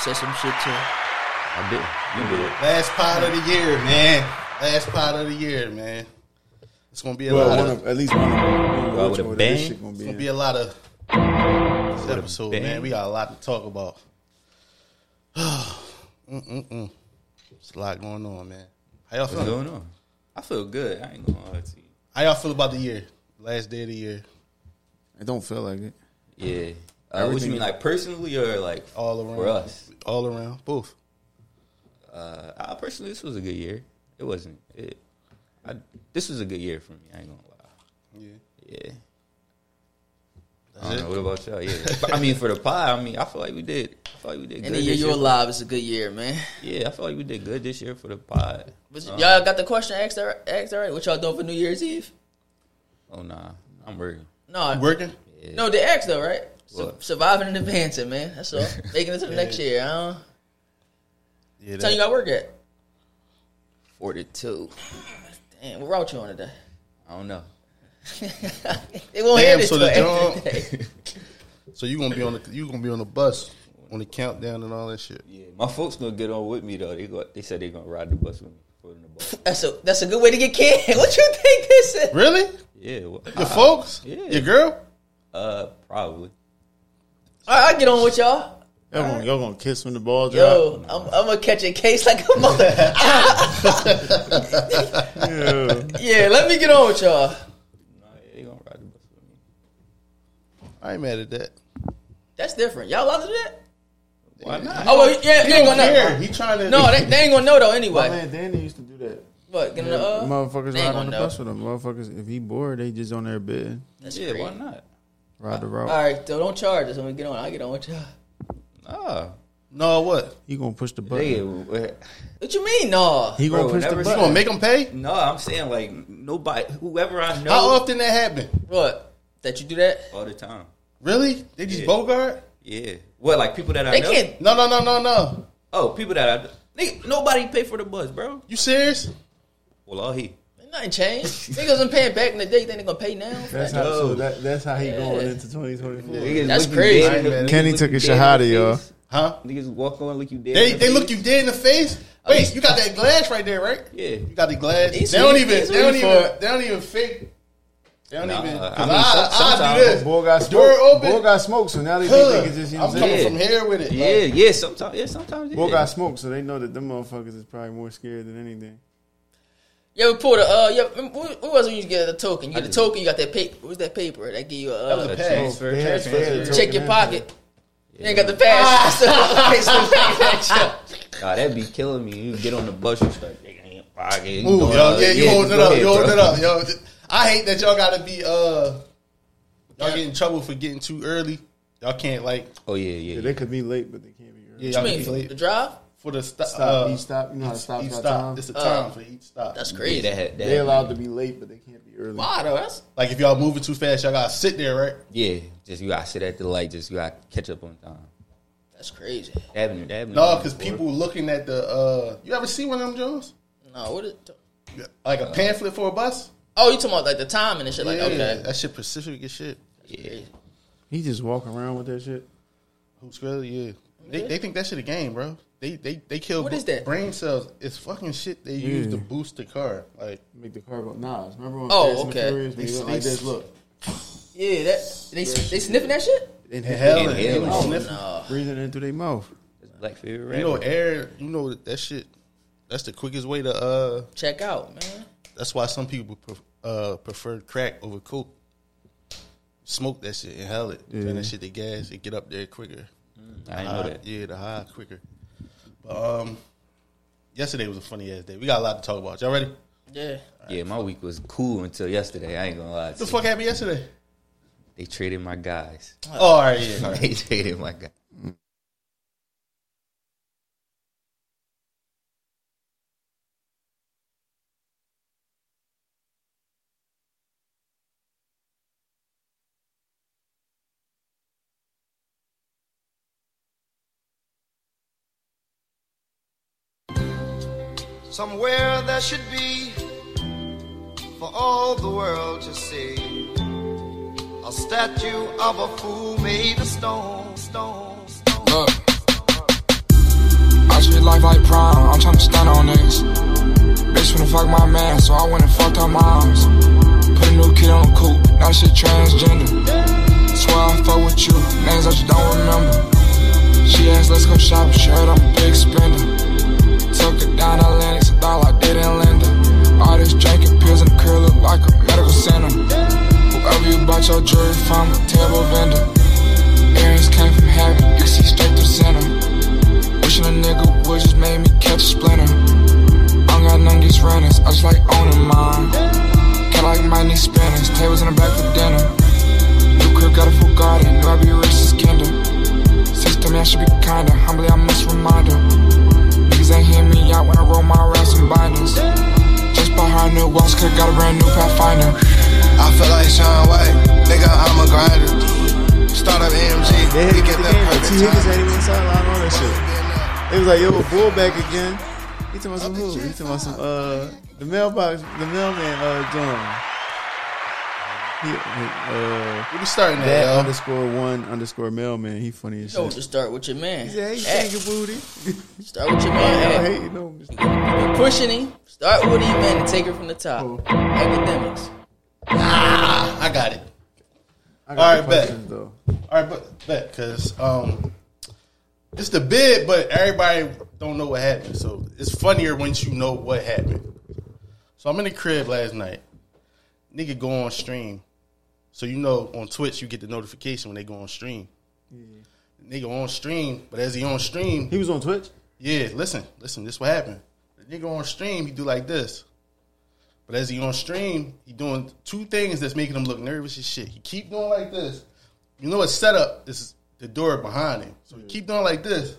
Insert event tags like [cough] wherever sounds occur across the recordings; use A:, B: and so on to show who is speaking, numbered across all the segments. A: said some shit to
B: I did. You did.
C: Last pot of the year, man. Last pot of the year, man. It's gonna be a
D: Well,
C: lot
D: one
C: of,
D: of, at least one of them.
B: Well, with
D: Which
B: a
D: one of
B: bang.
D: this shit gonna be?
C: it's gonna
D: in?
C: be a lot of this episode,
B: bang.
C: man. We got a lot to talk about. [sighs] Mm-mm-mm. It's a lot going on, man. How y'all
B: What's
C: feel?
B: going on? I feel good. I ain't gonna lie to you.
C: How y'all feel about the year? Last day of the year,
D: It don't feel like it.
B: Yeah. Uh, what you mean, like personally or like
C: all around
B: for us?
C: all around. Both.
B: Uh, I personally, this was a good year. It wasn't. It. I, this was a good year for me. I ain't gonna lie.
C: Yeah.
B: Yeah. I don't know. What about y'all? Yeah. But, I mean, for the pie, I mean, I feel like we did. I feel like we did good
A: Any year
B: this
A: you're
B: year.
A: alive is a good year, man.
B: Yeah, I feel like we did good this year for the pie.
A: But
C: Uh-huh.
A: y'all got the question asked, all right- asked all right. What y'all doing for New Year's Eve?
B: Oh nah, I'm working.
A: No,
C: Working?
A: no, they asked though, right? Su-
B: What?
A: surviving and advancing, man. That's
C: [laughs]
A: all. Making it to the next year. I don't
C: Yeah.
A: tell you
C: That,
A: got work at. Forty-two. Damn, what route you on today?
B: I don't know.
A: They won't
C: Damn,
A: hand it
C: so
A: to
C: the
A: her [laughs]
C: drum-
A: after the day.
C: so you gonna be on the you gonna be on the bus on the countdown and all that shit.
B: Yeah, my folks gonna get on with me though. They go. They said they gonna ride the bus with me. Put in the bus.
A: That's a that's a good way to get canned. [laughs] What you think this is?
C: Really?
B: Yeah. Well,
C: Your folks?
B: yeah.
C: Your girl?
B: uh, probably.
A: All right, I get on with y'all.
D: Y'all gonna, y'all gonna kiss when the ball drop?
A: [laughs] Yo, I'm, I'm gonna catch a case like a
C: [laughs]
A: mother. yeah, let me get on with y'all.
B: Nah, yeah, they gonna ride the bus with me.
C: I ain't mad at that.
A: That's different. Y'all allowed to do that?
B: Why not?
A: Oh well, yeah, they ain't gonna know.
C: He trying to
A: No, they, they ain't gonna know though anyway.
D: man, Danny used to do that.
A: But gonna uh,
D: Motherfuckers
A: they
D: ride on
A: ain't gonna
D: the
A: know.
D: bus with them. Motherfuckers, if he bored, they just on their bed,
A: that's
B: Yeah.
A: great.
B: Why not?
D: ride the route.
A: All right, so don't charge us when we get on. I get on with y'all.
B: Nah.
C: No, what?
D: He gonna push the button.
B: They, uh,
A: What you mean? No,
D: He gonna
B: Bro,
D: push the
B: whenever
C: You
D: button.
C: gonna make them pay?
B: no, I'm saying like nobody, whoever I know,
C: How often that happen?
A: what? That you do that?
B: all the time.
C: Really? They just
B: Yeah.
C: bogart?
B: Yeah. What like people that I
A: They
B: know?
A: can't.
C: No, no, no, no, no.
B: Oh, people that I nigga, nobody pay for the bus, bro.
C: You serious?
B: Well, all he.
A: Nothing changed. Niggas been paying back in the day. You think they gonna pay now?
D: That's how. So that, that's how he going into 2024.
B: Niggas
A: That's
B: look you
A: crazy.
B: dead in the-
C: Right, man.
B: niggas
D: Kenny
B: look
D: took
B: you
D: a
B: dead in the
D: shahada, y'all.
B: face.
C: Huh?
B: Niggas walk on like you dead. in
C: They
B: the
C: they look
B: face.
C: you dead in the face? Wait, you got that glass right there, right?
B: Yeah.
C: You got the glass.
A: He's
C: they don't
A: sweet.
C: even
A: He's
C: they don't
A: sweet
C: even
A: for
C: they don't even fake. They don't
B: Nah,
C: even
B: I
C: cause I,
B: mean, some-
C: I,
B: sometimes
C: do this.
D: Bull got
C: Door
D: smoked.
C: open.
D: Bull got smoked, so now they
C: Huh.
D: think niggas just you know
C: I'm
D: what I'm saying.
C: coming
B: saying?
C: from here with it.
B: Yeah,
C: Like,
B: yeah. Sometimes, yeah. Sometimes. Yeah.
D: Bull got smoked, so they know that them motherfuckers is probably more scared than anything.
A: You ever pulled a uh? You ever, what what was it when you get a token? You
B: I
A: get a
B: do.
A: token. You got that paper. What's that paper that give you a
C: was
A: uh,
C: a Transfer,
D: They had-
B: transfer.
D: they had a
A: check
D: token
A: your
D: in.
A: pocket? You ain't got the pass. Okay, [laughs] so make that check.
B: Nah, that'd be killing me. You get on the bus, you start digging in your pocket. you
C: Ooh,
B: doing
C: yo,
B: all
C: yeah,
B: that.
C: you holding it
B: go
C: up.
B: ahead,
C: you holding
B: bro.
C: it up. Yo, I hate that y'all gotta be uh y'all get in trouble for getting too early. Y'all can't like
B: Oh yeah, yeah.
D: Yeah,
B: yeah.
D: they could be late, but they can't be early.
C: yeah,
A: I
C: y'all
A: mean,
C: get
A: for the
C: late
A: drive.
C: for the stop.
D: Stop.
C: uh,
D: each stop. You know how to stop.
C: each
D: got
C: stop.
D: time.
C: It's a time
A: Uh,
C: for each stop.
A: That's
B: Yeah,
A: crazy.
B: that had- that
D: They
B: had-
D: allowed to be late, but they can't be early.
A: Why though? That's
C: Like if y'all moving too fast, y'all gotta sit there, right?
B: Yeah, just you gotta sit at the light. Just you gotta catch up on time.
A: that's crazy.
B: That happened- that happened to
C: No,
B: me
C: because
B: before.
C: people looking at the. uh You ever see one of them Jones?
A: No, what? Is,
C: Like a pamphlet for a bus?
A: oh, you talking about like the timing and shit? Like
C: yeah,
A: okay,
C: that shit specific as shit.
B: Yeah.
D: He just walk around with that shit.
C: Who's crazy? Yeah, they, they think that shit a game, bro. They they they kill
A: What
C: b-
A: is that?
C: brain cells. It's fucking shit they use to boost the car. Like
D: Make the car go. Nah, remember when
A: Oh,
D: Fast and
A: okay.
D: Furious when he
C: They-
D: went like
C: they-
D: this? Look,
A: yeah. That they they sniffing that shit.
D: and
C: inhaling,
B: inhaling.
C: they was
B: Oh,
C: sniffing.
D: breathing in through their mouth.
B: That's Black Fury
C: You
B: Rabbit.
C: know air. You know that shit. That's the quickest way to. uh
A: Check out, man.
C: That's why some people pref- uh prefer crack over coke. Smoke that shit, inhale it, turn that shit to gas, it get up there quicker.
B: I didn't know
C: high-
B: that.
C: Yeah, the high quicker. But um, yesterday was a funny ass day. We got a lot to talk about. Y'all ready? What
A: Yeah.
B: Yeah, my week was cool until yesterday. I ain't gonna lie. To
C: the
B: you.
C: fuck happened yesterday?
B: They traded my guys.
A: Uh,
C: Oh, all right,
B: [laughs]
C: yeah.
B: they traded my guys.
E: Somewhere there should be for all the world to see a statue of a fool made of stone, stone, stone.
F: Look, I treat life like prime, I'm tryna stand on this. Bitch wanna fuck my man, so I went and fucked her moms. Put a new kid on coupe, now she transgender. Swear I fuck with you, names I just don't remember. She asked, let's go shopping, she heard I'm a big spender. Took her down Atlantic, so all I did in Linda. All this drinking pills in the crib look like a medical center. Whoever you bought your jewelry from, a terrible vendor. Earrings came from heaven, you can see straight through center. Wishing a nigga would just make me catch a splinter. I don't got none of these renters, I just like owning mine. Got like my knee spinners, tables in the back for dinner. New crib got a full garden, knew I'd be rich as kinder. System, yeah, I should be kinda, humbly I must remind her. Niggas ain't hear me out when I roll my racks and binders. Just behind the walls, cause I got a brand new Pathfinder.
E: I feel like Sean White, nigga, I'm a grinder. Start up AMG,
D: They
E: we
D: hit
E: get
D: the
E: that
D: game, but two
E: perfect
D: niggas
E: time.
D: ain't even sideline all that shit. They was like, yo, bull back again. He talking about some who? He talking about some uh the mailbox, the mailman uh John. He, uh,
C: What we starting at,
D: that
C: y'all?
D: underscore one underscore mailman. He funny as
A: Yo,
D: shit.
A: just start with your man.
D: Yeah, he
A: Act.
D: singing [laughs] booty.
A: Start with your man.
D: I
A: Act.
D: hate him.
A: You're pushing him. Start with him and take her from the top. Academics.
C: I got it.
D: I
C: All
D: got
C: right,
D: the
C: bet.
D: questions, though.
C: All right, but bet because um, it's the bid, but everybody don't know what happened, so it's funnier once you know what happened. So I'm in the crib last night. Nigga go on stream, so you know on Twitch you get the notification when they go on stream. Nigga on stream, but as he on stream,
D: He was on Twitch.
C: yeah, listen, listen, this what happened. The nigga on stream, he do like this. But as he on stream, he doing two things that's making him look nervous as shit. He keep doing like this. You know what setup is the door behind him. So he keep doing like this.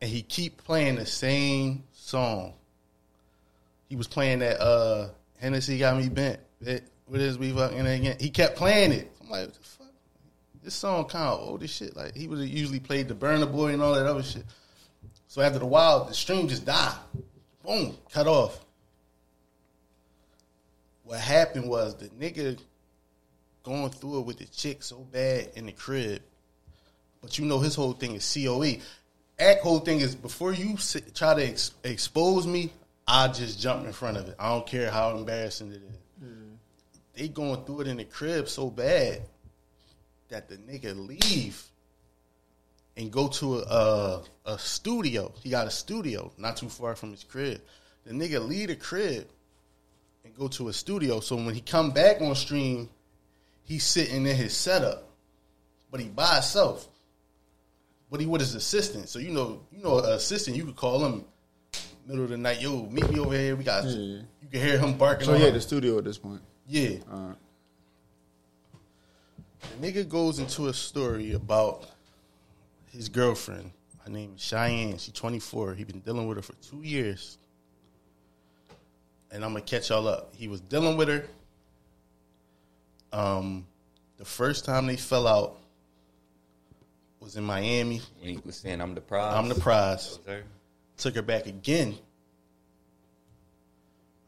C: And he keep playing the same song. He was playing that uh Hennessy got me bent. It, what is we fucking again? He kept playing it. I'm like, what the fuck? this song kind of old as shit. Like he would have usually played the Burner Boy and all that other shit. So after the while, the stream just died. Boom, cut off. What happened was the nigga going through it with the chick so bad in the crib, but you know his whole thing is COE. Act whole thing is before you s try to ex- expose me, I just jump in front of it. I don't care how embarrassing it is. They going through it in the crib so bad that the nigga leave and go to a, a a studio. He got a studio not too far from his crib. The nigga leave the crib and go to a studio. So when he come back on stream, he's sitting in his setup, but he by himself. But he with his assistant. So you know, you know, an assistant you could call him middle of the night. Yo, meet me over here. We got. You can hear him barking.
D: So
C: on
D: he
C: him.
D: at the studio at this point.
C: Yeah. The nigga goes into a story about his girlfriend. Her name is Cheyenne. She's 24. He been dealing with her for two years. And I'm gonna catch y'all up. He was dealing with her. Um, the first time they fell out was in Miami.
B: When he was saying, "I'm the prize."
C: I'm the prize
B: prize.
C: took her back again.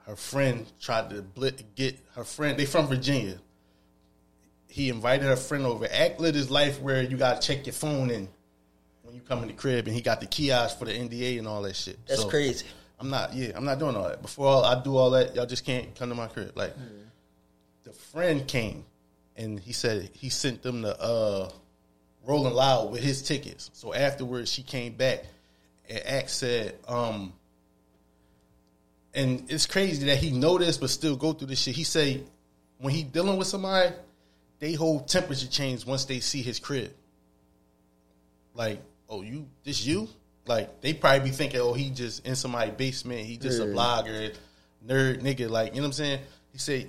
C: Her friend tried to bli- get her friend. They from Virginia. He invited her friend over. Act lit is life where you gotta check your phone in when you come in the crib, and he got the kiosk for the NDA and all that shit.
A: That's
C: So,
A: crazy.
C: I'm not. Yeah, I'm not doing all that. Before all, I do all that, y'all just can't come to my crib. Like, the friend came, and he said he sent them the uh, Rolling Loud with his tickets. So afterwards, she came back, and Axe said, um, and it's crazy that he know this, but still go through this shit. He say when he dealing with somebody, they whole temperature change once they see his crib. Like, oh, you this you? Like they probably be thinking, oh, he just in somebody's basement. He just a blogger, nerd nigga. Like you know what I'm saying? He say,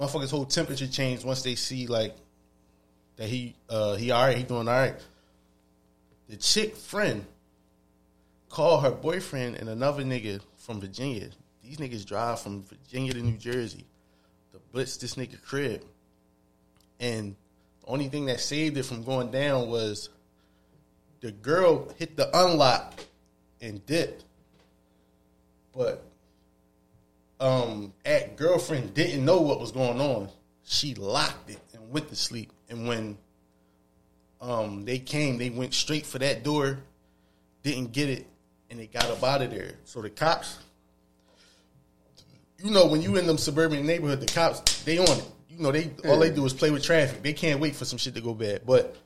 C: motherfuckers whole temperature change once they see like that he uh he all right, he doing all right. The chick friend called her boyfriend and another nigga from Virginia. These niggas drive from Virginia to New Jersey to blitz this nigga crib. And the only thing that saved it from going down was the girl hit the unlock and dipped. But um at girlfriend didn't know what was going on. She locked it and went to sleep. And when um they came, they went straight for that door didn't get it and they got up out of there. So the cops, you know, when you in them suburban neighborhood, the cops they on it. You know, they all they do is play with traffic. They can't wait for some shit to go bad. But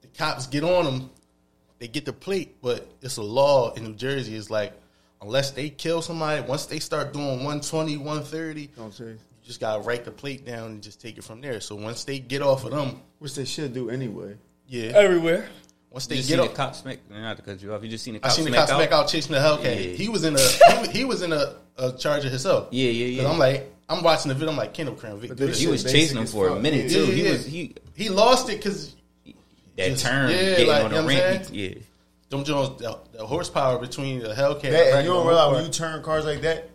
C: the cops get on them, they get the plate. But it's a law in New Jersey. It's like unless they kill somebody, once they start doing 120, 130,
D: Don't chase.
C: you just gotta write the plate down and just take it from there. So once they get off of them,
D: Which they should do anyway.
C: yeah.
A: everywhere.
C: Once they
B: You just
C: get
B: seen
C: off,
B: the cop smack. Not to cut you off. You just seen the
C: I
B: cop
C: seen the
B: smack
C: cops
B: out.
C: back out chasing the Hellcat.
B: Yeah.
C: He was in a he, was- he was in a, a Charger himself.
B: Yeah, yeah,
C: 'Cause
B: yeah.
C: I'm like, I'm watching the video. I'm like, Kendall Crown Vic.
D: But
C: do
D: then
C: this
B: He
C: shit.
B: was
D: Basic
B: chasing him
D: as
B: for a
D: fuck.
B: minute
C: Yeah,
B: too.
C: yeah,
B: He
C: yeah.
B: was he
C: he lost it because
B: that
C: Just-
B: turn
C: yeah,
B: getting
C: like,
B: on
C: you
B: the
C: know what I'm
B: ramp. he- yeah.
C: them Jones the, the horsepower between the Hellcat. and
D: That,
C: the
D: and you don't
C: regular
D: realize
C: car.
D: when you turn cars like that,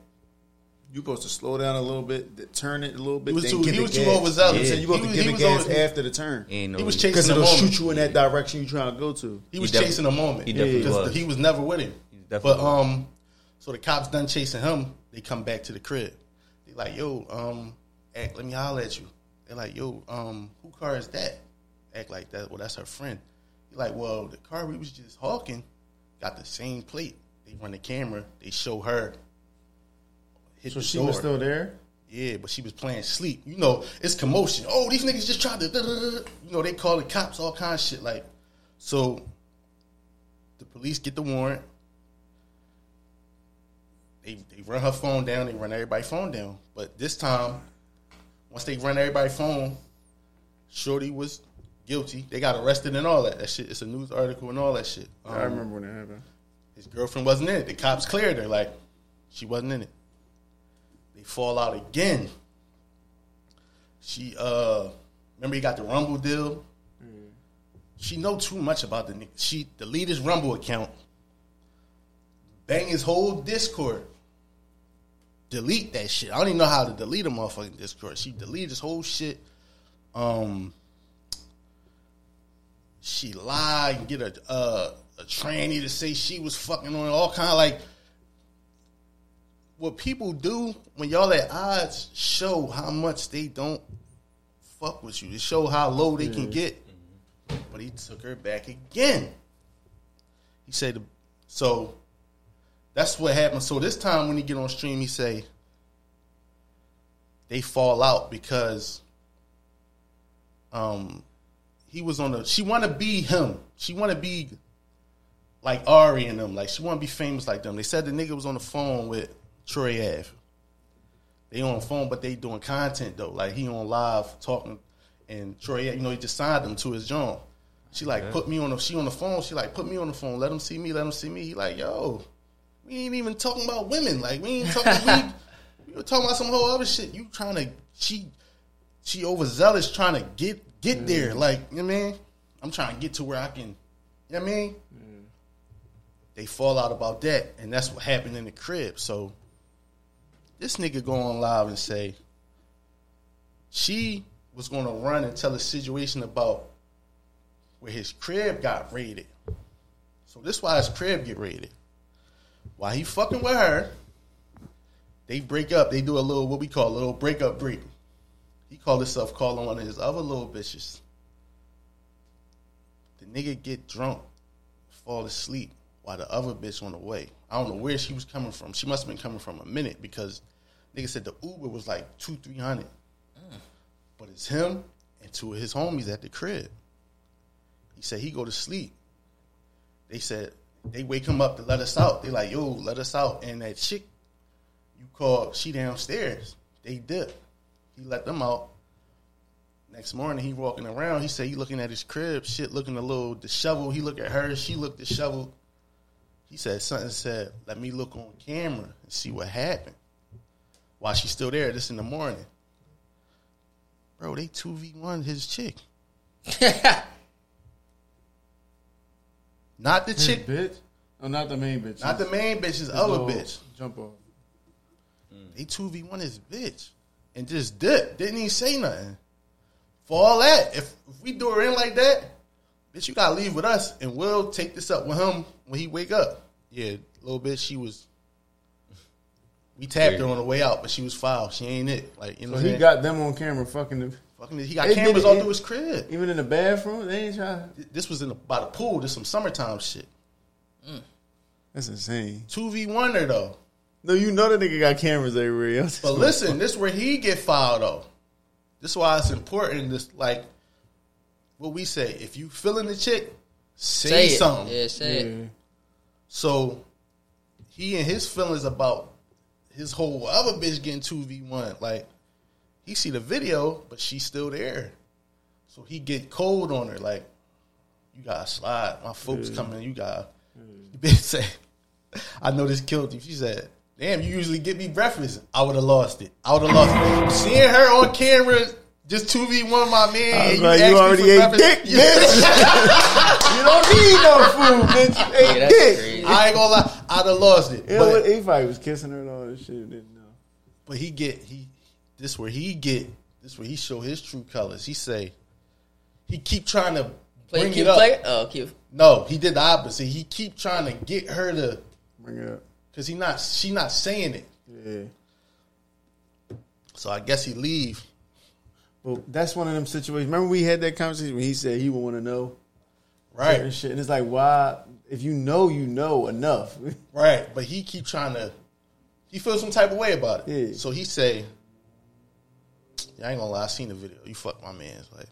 D: you supposed to slow down a little bit, th- turn it a little bit.
C: He was
D: then
C: too-
D: give
C: he
D: the
C: was too
D: gas.
C: overzealous.
D: I'm saying you supposed
C: He
D: to
C: was-
D: give
C: he
D: the
C: was
D: gas
C: over-
D: after the turn
B: Ain't no
C: he was
B: he-
C: chasing
D: because
C: the
D: it'll
C: moment.
D: shoot you in that direction you trying to go to.
C: He was
B: def-
C: chasing the moment.
B: he definitely
C: 'Cause
B: was.
C: He was never with him.
B: definitely
C: But um, so the cops done chasing him. They come back to the crib. They like, yo, um, act. Let me holler at you. They like, yo, um, who car is that? Act like that. Well, that's her friend. He like, well, the car we was just hawking got the same plate. They run the camera. They show her. Hit
D: So
C: the
D: she
C: door.
D: was still there.
C: Yeah, but she was playing sleep. You know, it's commotion. Oh, these niggas just tried to, da, da, da, da. you know, they call the cops, all kind of shit. Like, so the police get the warrant. They, they run her phone down. They run everybody's phone down. But this time, once they run everybody's phone, Shorty was guilty. They got arrested and all that. That shit. It's a news article and all that shit. Um,
D: I remember when it happened.
C: his girlfriend wasn't in it. The cops cleared her. Like, she wasn't in it. They fall out again. She, uh, remember he got the Rumble deal? She know too much about the nigga. She deleted his Rumble account. Bang his whole Discord. Delete that shit. I don't even know how to delete a motherfucking Discord. She deleted his whole shit. Um, she lied and get a uh, a tranny to say she was fucking on it, all kind of like what people do when y'all at odds show how much they don't fuck with you. It show how low they can get. But he took her back again. He said, "So that's what happened." So this time when he get on stream, he say they fall out because um he was on the she want to be him she want to be like ari and them like she want to be famous like them they said the nigga was on the phone with troy ave they on the phone but they doing content though like he on live talking and troy Ave, you know he just signed him to his joint she like put me on the she on the phone she like put me on the phone let him see me let him see me he like yo we ain't even talking about women like we ain't talking we, we were talking about some whole other shit you trying to she she overzealous trying to get get there. Like, you know what I mean? I'm trying to get to where I can, you know what I mean? They fall out about that, and that's what happened in the crib. So this nigga go on live and say she was gonna run and tell a situation about where his crib got raided. So this why his crib get raided. While he fucking with her, they break up. They do a little what we call a little breakup break. He called himself calling one of his other little bitches. The nigga get drunk, fall asleep while the other bitch on the way. I don't know where she was coming from. She must have been coming from a minute because nigga said the Uber was like two, three hundred. But it's him and two of his homies at the crib. He said he go to sleep. They said they wake him up to let us out. They like, yo, let us out. And that chick you called, she downstairs. They dip. He let them out. Next morning, he walking around. He said he looking at his crib, shit looking a little disheveled. He looked at her, she looked disheveled. He said something. Said, "Let me look on camera and see what happened." While she's still there, this in the morning, bro. They two v one his chick, not the chick,
D: bitch. No, not the main bitch.
C: not the main bitch, his other bitch.
D: Jump off.
C: They two v one his bitch, and just dip. Didn't even say nothing. For all that, if, if we do her in like that, bitch, you gotta leave with us, and we'll take this up with him when he wake up. Yeah, little bitch, she was. We tapped her on the way out, but she was foul. She ain't it. Like you know,
D: So
C: what I'm
D: he
C: saying?
D: got them on camera fucking the,
C: fucking. He got
D: They did
C: cameras
D: it
C: all
D: in-
C: through his crib.
D: even in the bathroom. They ain't trying.
C: This was in the, by the pool. This some summertime shit.
D: That's insane.
C: Two v one her though.
D: No, you know that nigga got cameras everywhere. [laughs] else.
C: But listen, this where he get filed though. This why it's important. This like what we say. If you feeling the chick, say,
A: Say it.
C: something.
A: Yeah, say it.
C: So he and his feelings about his whole other bitch getting two v one. Like he see the video, but she's still there. So he get cold on her. Like you gotta slide. My folks coming. You gotta. The [laughs] bitch say, "I know this killed you." She said. Damn, you usually get me breakfast. I would have lost it. I would have lost it. Seeing her on camera, just 2v1 my man.
D: I
C: and
D: was like,
C: ask
D: you
C: me for
D: already ate
C: [laughs] breakfast.
D: dick, bitch. you don't need no food, [laughs] bitch. You ate
A: Yeah, that's
D: dick.
A: crazy.
C: I ain't gonna lie, I'd have lost it.
D: Yeah,
C: but,
D: what, he probably was kissing her and all that shit. Didn't know.
C: But he get he this where he get this where he show his true colors. He say he keep trying to
A: Play,
C: bring
A: keep
C: it up.
A: play. Oh, keep. [laughs]
C: No, he did the opposite. He keep trying to get her to
D: Bring it up.
C: because he not she not saying it.
D: Yeah.
C: So I guess he leave.
D: Well, that's one of them situations. Remember we had that conversation when he said he would want to know certain
C: Right,
D: shit, and it's like, why? If you know, you know enough. [laughs]
C: right. But he keep trying to. He feel some type of way about it.
D: Yeah.
C: So he say, "Yeah, I ain't gonna lie. I seen the video. You fuck my man's like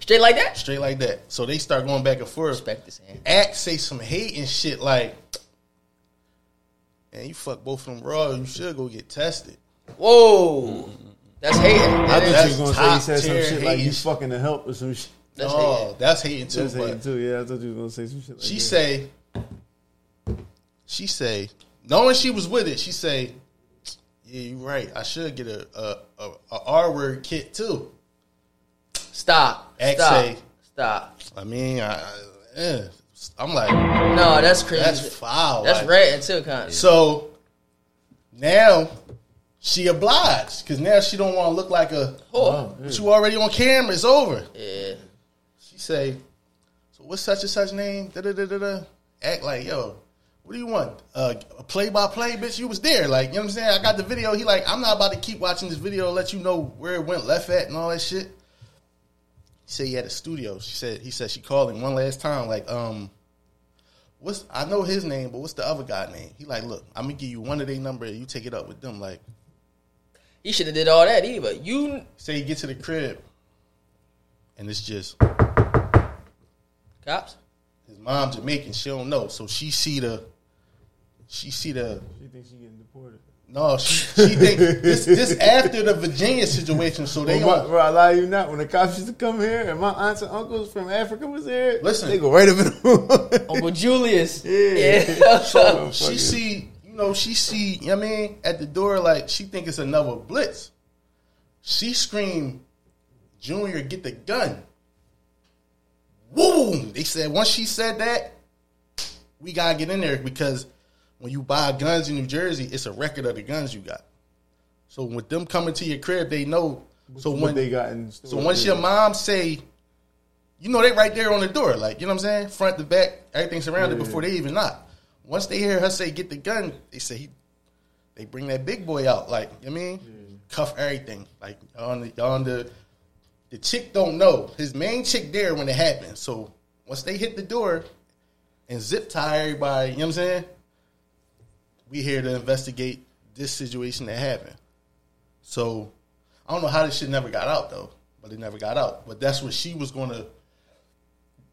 A: Straight like that?
C: straight like that." So they start going back and forth.
A: Respect this hand.
C: act say some hate and shit like, man, you fuck both of them raw, you should go get tested.
A: Whoa. That's hating.
D: I thought
A: That is,
D: you
C: That's
D: were gonna
C: top
D: say he said
C: tier
D: some shit like you
C: hating.
D: fucking to help or some shit.
A: that's
C: oh,
A: hating.
C: that's hating too.
D: That's
C: but
D: hating too. Yeah, I thought you was gonna say some shit. Like
C: she
D: that.
C: say, she say, knowing she was with it, she say, yeah, you right. I should get a a, a, a R word kit too.
A: Stop.
C: X
A: Stop.
C: A.
A: Stop.
C: I mean, I, I, eh. I'm like,
A: No, that's crazy.
C: that's
A: That's,
C: foul. like,
A: red until kind of.
C: So now she obliged because now she don't want to look like a.
A: Oh,
C: But you already on camera. It's over.
A: yeah.
C: She say, "So what's such and such name?" Da da da da da. Act like yo. What do you want? Uh, a play by play, bitch. You was there. Like you know what I'm saying. I got the video. He like, I'm not about to keep watching this video. Let you know where it went left at and all that shit. He said he had a studio. She said he said she called him one last time. Like um. What's I know his name, but what's the other guy name? He like, look, I'm gonna give you one of their number. You take it up with them. Like,
A: You should have did all that either. You
C: say you get to the crib, and it's just
A: cops.
C: his mom Jamaican. She don't know, so she see the, she see the.
D: she thinks she getting deported.
C: No, she, she think this this after the Virginia situation. So they
D: Well, my-
C: don't-
D: bro, I lie you not. When the cops used to come here and my aunts and uncles from Africa was here,
C: Listen.
D: they go right up in the room.
A: Uncle Julius.
D: Yeah.
C: [laughs]
D: Oh,
A: So,
C: she see you know she see. You know what I mean, at the door like she think it's another blitz. She scream, "Junior, get the gun!" Woo! They said once she said that, we gotta get in there because when you buy guns in New Jersey, it's a record of the guns you got. So with them coming to your crib, they know. So
D: what
C: when
D: they got in store.
C: So once your mom say, you know, they right there on the door, like you know what I'm saying, front to back, everything's surrounded before they even knock. Once they hear her say, "Get the gun," they say, he, they bring that big boy out, like you know what I mean, cuff everything, like on the on the. The chick don't know his main chick there when it happens. So once they hit the door and zip tie everybody, you know what I'm saying? We here to investigate this situation that happened. So I don't know how this shit never got out though, but it never got out. But that's what she was gonna.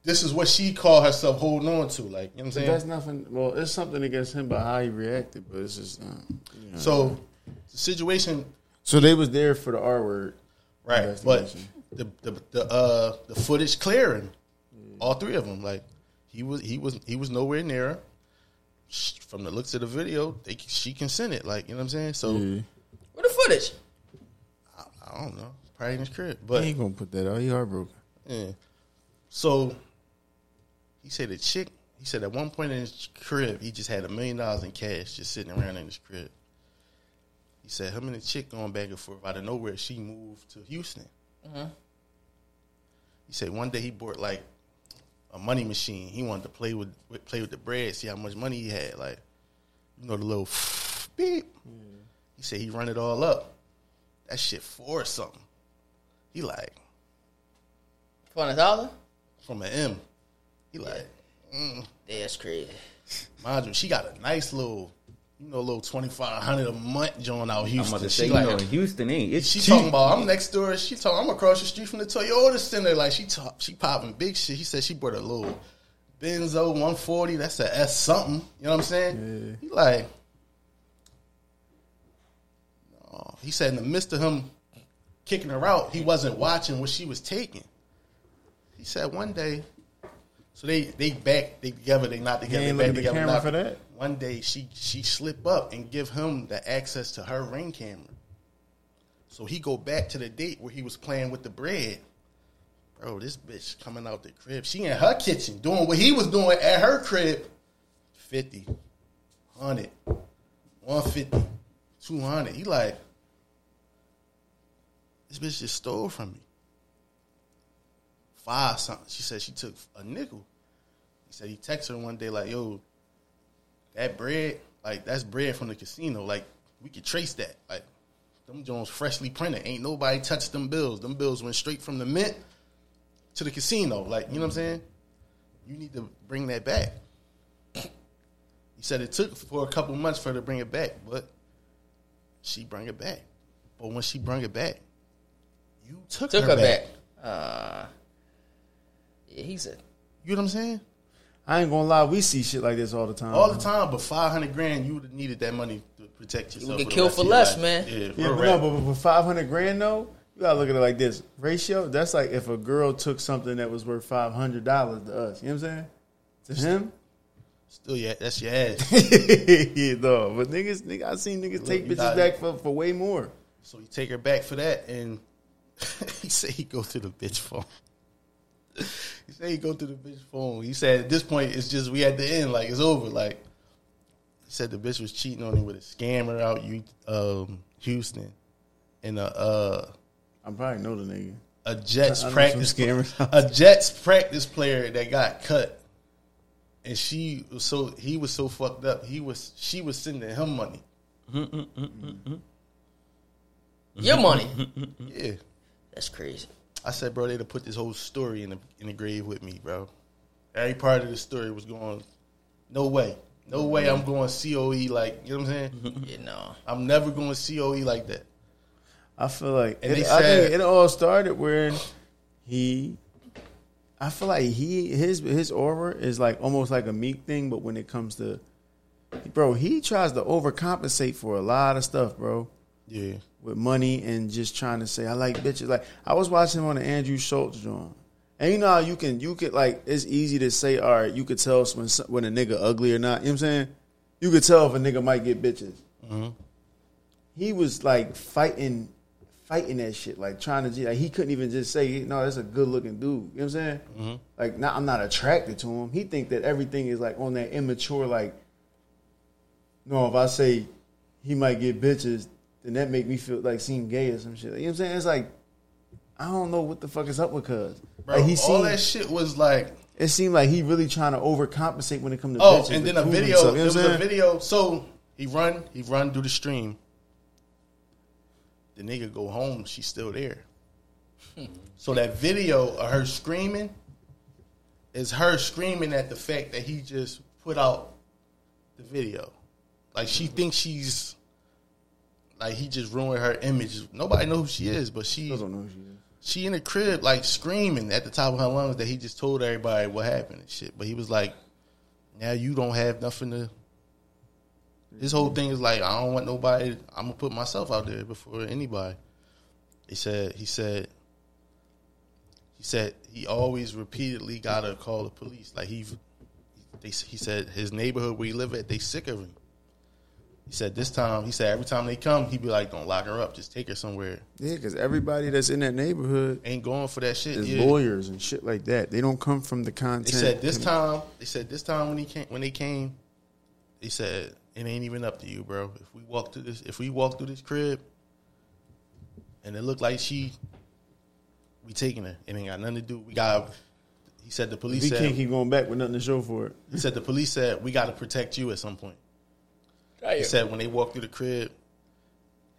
C: This is what she called herself holding on to, like you know what I'm
D: that's
C: saying.
D: nothing. Well, it's something against him, but how he reacted. But it's just uh, you know.
C: So the situation,
D: So they was there for the R word.
C: right? But
D: Investigation.
C: the the the uh the footage clearing, all three of them, like he was he was he was nowhere near her. Sh- From the looks of the video, they, she consented, like you know what I'm saying. So
A: [laughs] where the footage?
C: I don't know, probably in his crib, but
D: gonna put that out. He heartbroken.
C: Yeah. So he said the chick. He said at one point in his crib, he just had a million dollars in cash just sitting around in his crib. He said him and the chick going back and forth out of nowhere. She moved to Houston. He said one day he bought like a money machine. He wanted to play with, with play with the bread, see how much money he had. Like you know the little [laughs] beep. He said he run it all up. That shit four or something. He like
A: Four hundred thousand.
C: from an M. He like,
A: That's crazy.
C: Mind you, she got a nice little, you know, little twenty five hundred a month joint out
B: I'm about
C: Houston.
B: to say,
C: She
B: you
C: like,
B: know, in Houston ain't it's
C: she
B: cheap.
C: talking about I'm next door. She talking I'm across the street from the Toyota Center. Like she top, she popping big shit. He said she bought a little Benzo 140. That's a S something. You know what I'm saying? He like, no. oh, He said in the midst of him kicking her out, he wasn't watching what she was taking. He said one day. So they they back they together they not together
D: ain't
C: they back
D: look at the
C: together
D: camera
C: not-
D: for that?
C: One day she she slip up and give him the access to her ring camera. So he go back to the date where he was playing with the bread. Bro, this bitch coming out the crib. She in her kitchen doing what he was doing at her crib. 50, 100, 150, 200. He like, this bitch just stole from me. Five something. She said she took a nickel. He said he texted her one day like, yo, that bread, like that's bread from the casino. Like we could trace that. Like them Jones freshly printed. Ain't nobody touched them bills. Them bills went straight from the mint to the casino. Like you know what I'm saying? You need to bring that back. He said it took for a couple months for her to bring it back, but she bring it back. But when she bring it back, you took,
A: Took
C: her,
A: her
C: back.
A: back. Uh, yeah, he's a
C: You know what I'm saying?
D: I ain't gonna lie, we see shit like this all the time.
C: All the time, but five hundred grand, you would have needed that money to protect yourself.
A: get
C: the
A: killed
C: rest
A: for
C: of your
A: less,
C: life.
A: man.
C: Yeah,
D: Yeah,
C: real
D: but
C: rap.
D: no, but but for five hundred grand though, you gotta look at it like this ratio. That's like if a girl took something that was worth five hundred dollars to us. You know what I'm [laughs]
C: [laughs]
D: saying?
C: Still, yeah, that's your ass.
D: [laughs] To him, yeah, though. But niggas, nigga, I seen niggas take
C: you
D: bitches
C: got
D: back for, for way more.
C: so he take her back for that, and [laughs] he said he go through the bitch phone. [laughs] he said he go through the bitch phone. He said at this point it's just we at the end, like it's over. Like he said the bitch was cheating on him with a scammer out you um, Houston, and a uh,
D: I probably know the nigga.
C: a Jets
D: I know some
C: practice
D: scammers.
C: a Jets practice player that got cut, and she was so he was so fucked up. He was she was sending him money.
A: your money. [laughs]
C: Yeah.
A: That's crazy.
C: I said, bro, they'd have put this whole story in the in the grave with me, bro. Every part of the story was going, no way, no way, I'm going COE like you know what I'm
D: Mm-hmm.
C: saying.
A: You know,
C: I'm never going COE like that.
D: I feel like
C: And
D: it,
C: they
D: I think
C: said-
D: it all started when he. I feel like he his his aura is like almost like a meek thing, but when it comes to, bro, he tries to overcompensate for a lot of stuff, bro.
C: Yeah,
D: with money and just trying to say I like bitches. Like I was watching him on the Andrew Schultz joint, and you know how you can you could like it's easy to say all right, you could tell when some- when a nigga ugly or not. You know what I'm saying? You could tell if a nigga might get bitches. He was like fighting. Fighting that shit, like trying to, like he couldn't even just say, "No, that's a good looking dude." You know what I'm saying? Like, not, I'm not attracted to him. He think that everything is like on that immature, like no, if I say he might get bitches, then that make me feel like seem gay or some shit. You know what I'm saying? It's like I don't know what the fuck is up with cuz.
C: bro,
D: Like he
C: all
D: seemed,
C: that shit was like,
D: it seemed like he really trying to overcompensate when it comes to
C: oh,
D: bitches.
C: and
D: to
C: then a
D: prove
C: video.
D: himself,
C: There
D: you know
C: was
D: what I'm
C: a
D: saying?
C: video. So he run, he run through the stream. The nigga go home, she's still there.
D: Hmm.
C: so that video of her screaming is her screaming at the fact that he just put out the video. Like she thinks she's like he just ruined her image. Nobody know who she is, but she
D: I don't know who she is.
C: she in the crib like screaming at the top of her lungs that he just told everybody what happened and shit. But he was like, "Now you don't have nothing to." His whole thing is like, I don't want nobody. I'm gonna put myself out there before anybody. He said. He said. He said he always repeatedly gotta call the police. Like he, they, he said his neighborhood where he live at, they sick of him. He said this time. He said every time they come, he be like, "Don't lock her up. Just take her somewhere."
D: Yeah, because everybody that's in that neighborhood
C: Ain't going for that shit.
D: is
C: yeah.
D: lawyers and shit like that. They don't come from the content.
C: They said this time. They said this time when he came. When they came, they said it ain't even up to you, bro. If we walk through this, if we walk through this crib, and it looked like she, we taking her. It ain't got nothing to do. We got. He said the police
D: We
C: said.
D: can't keep going back with nothing to show for it.
C: he said the police said we got to protect you at some point. He said when they walked through the crib,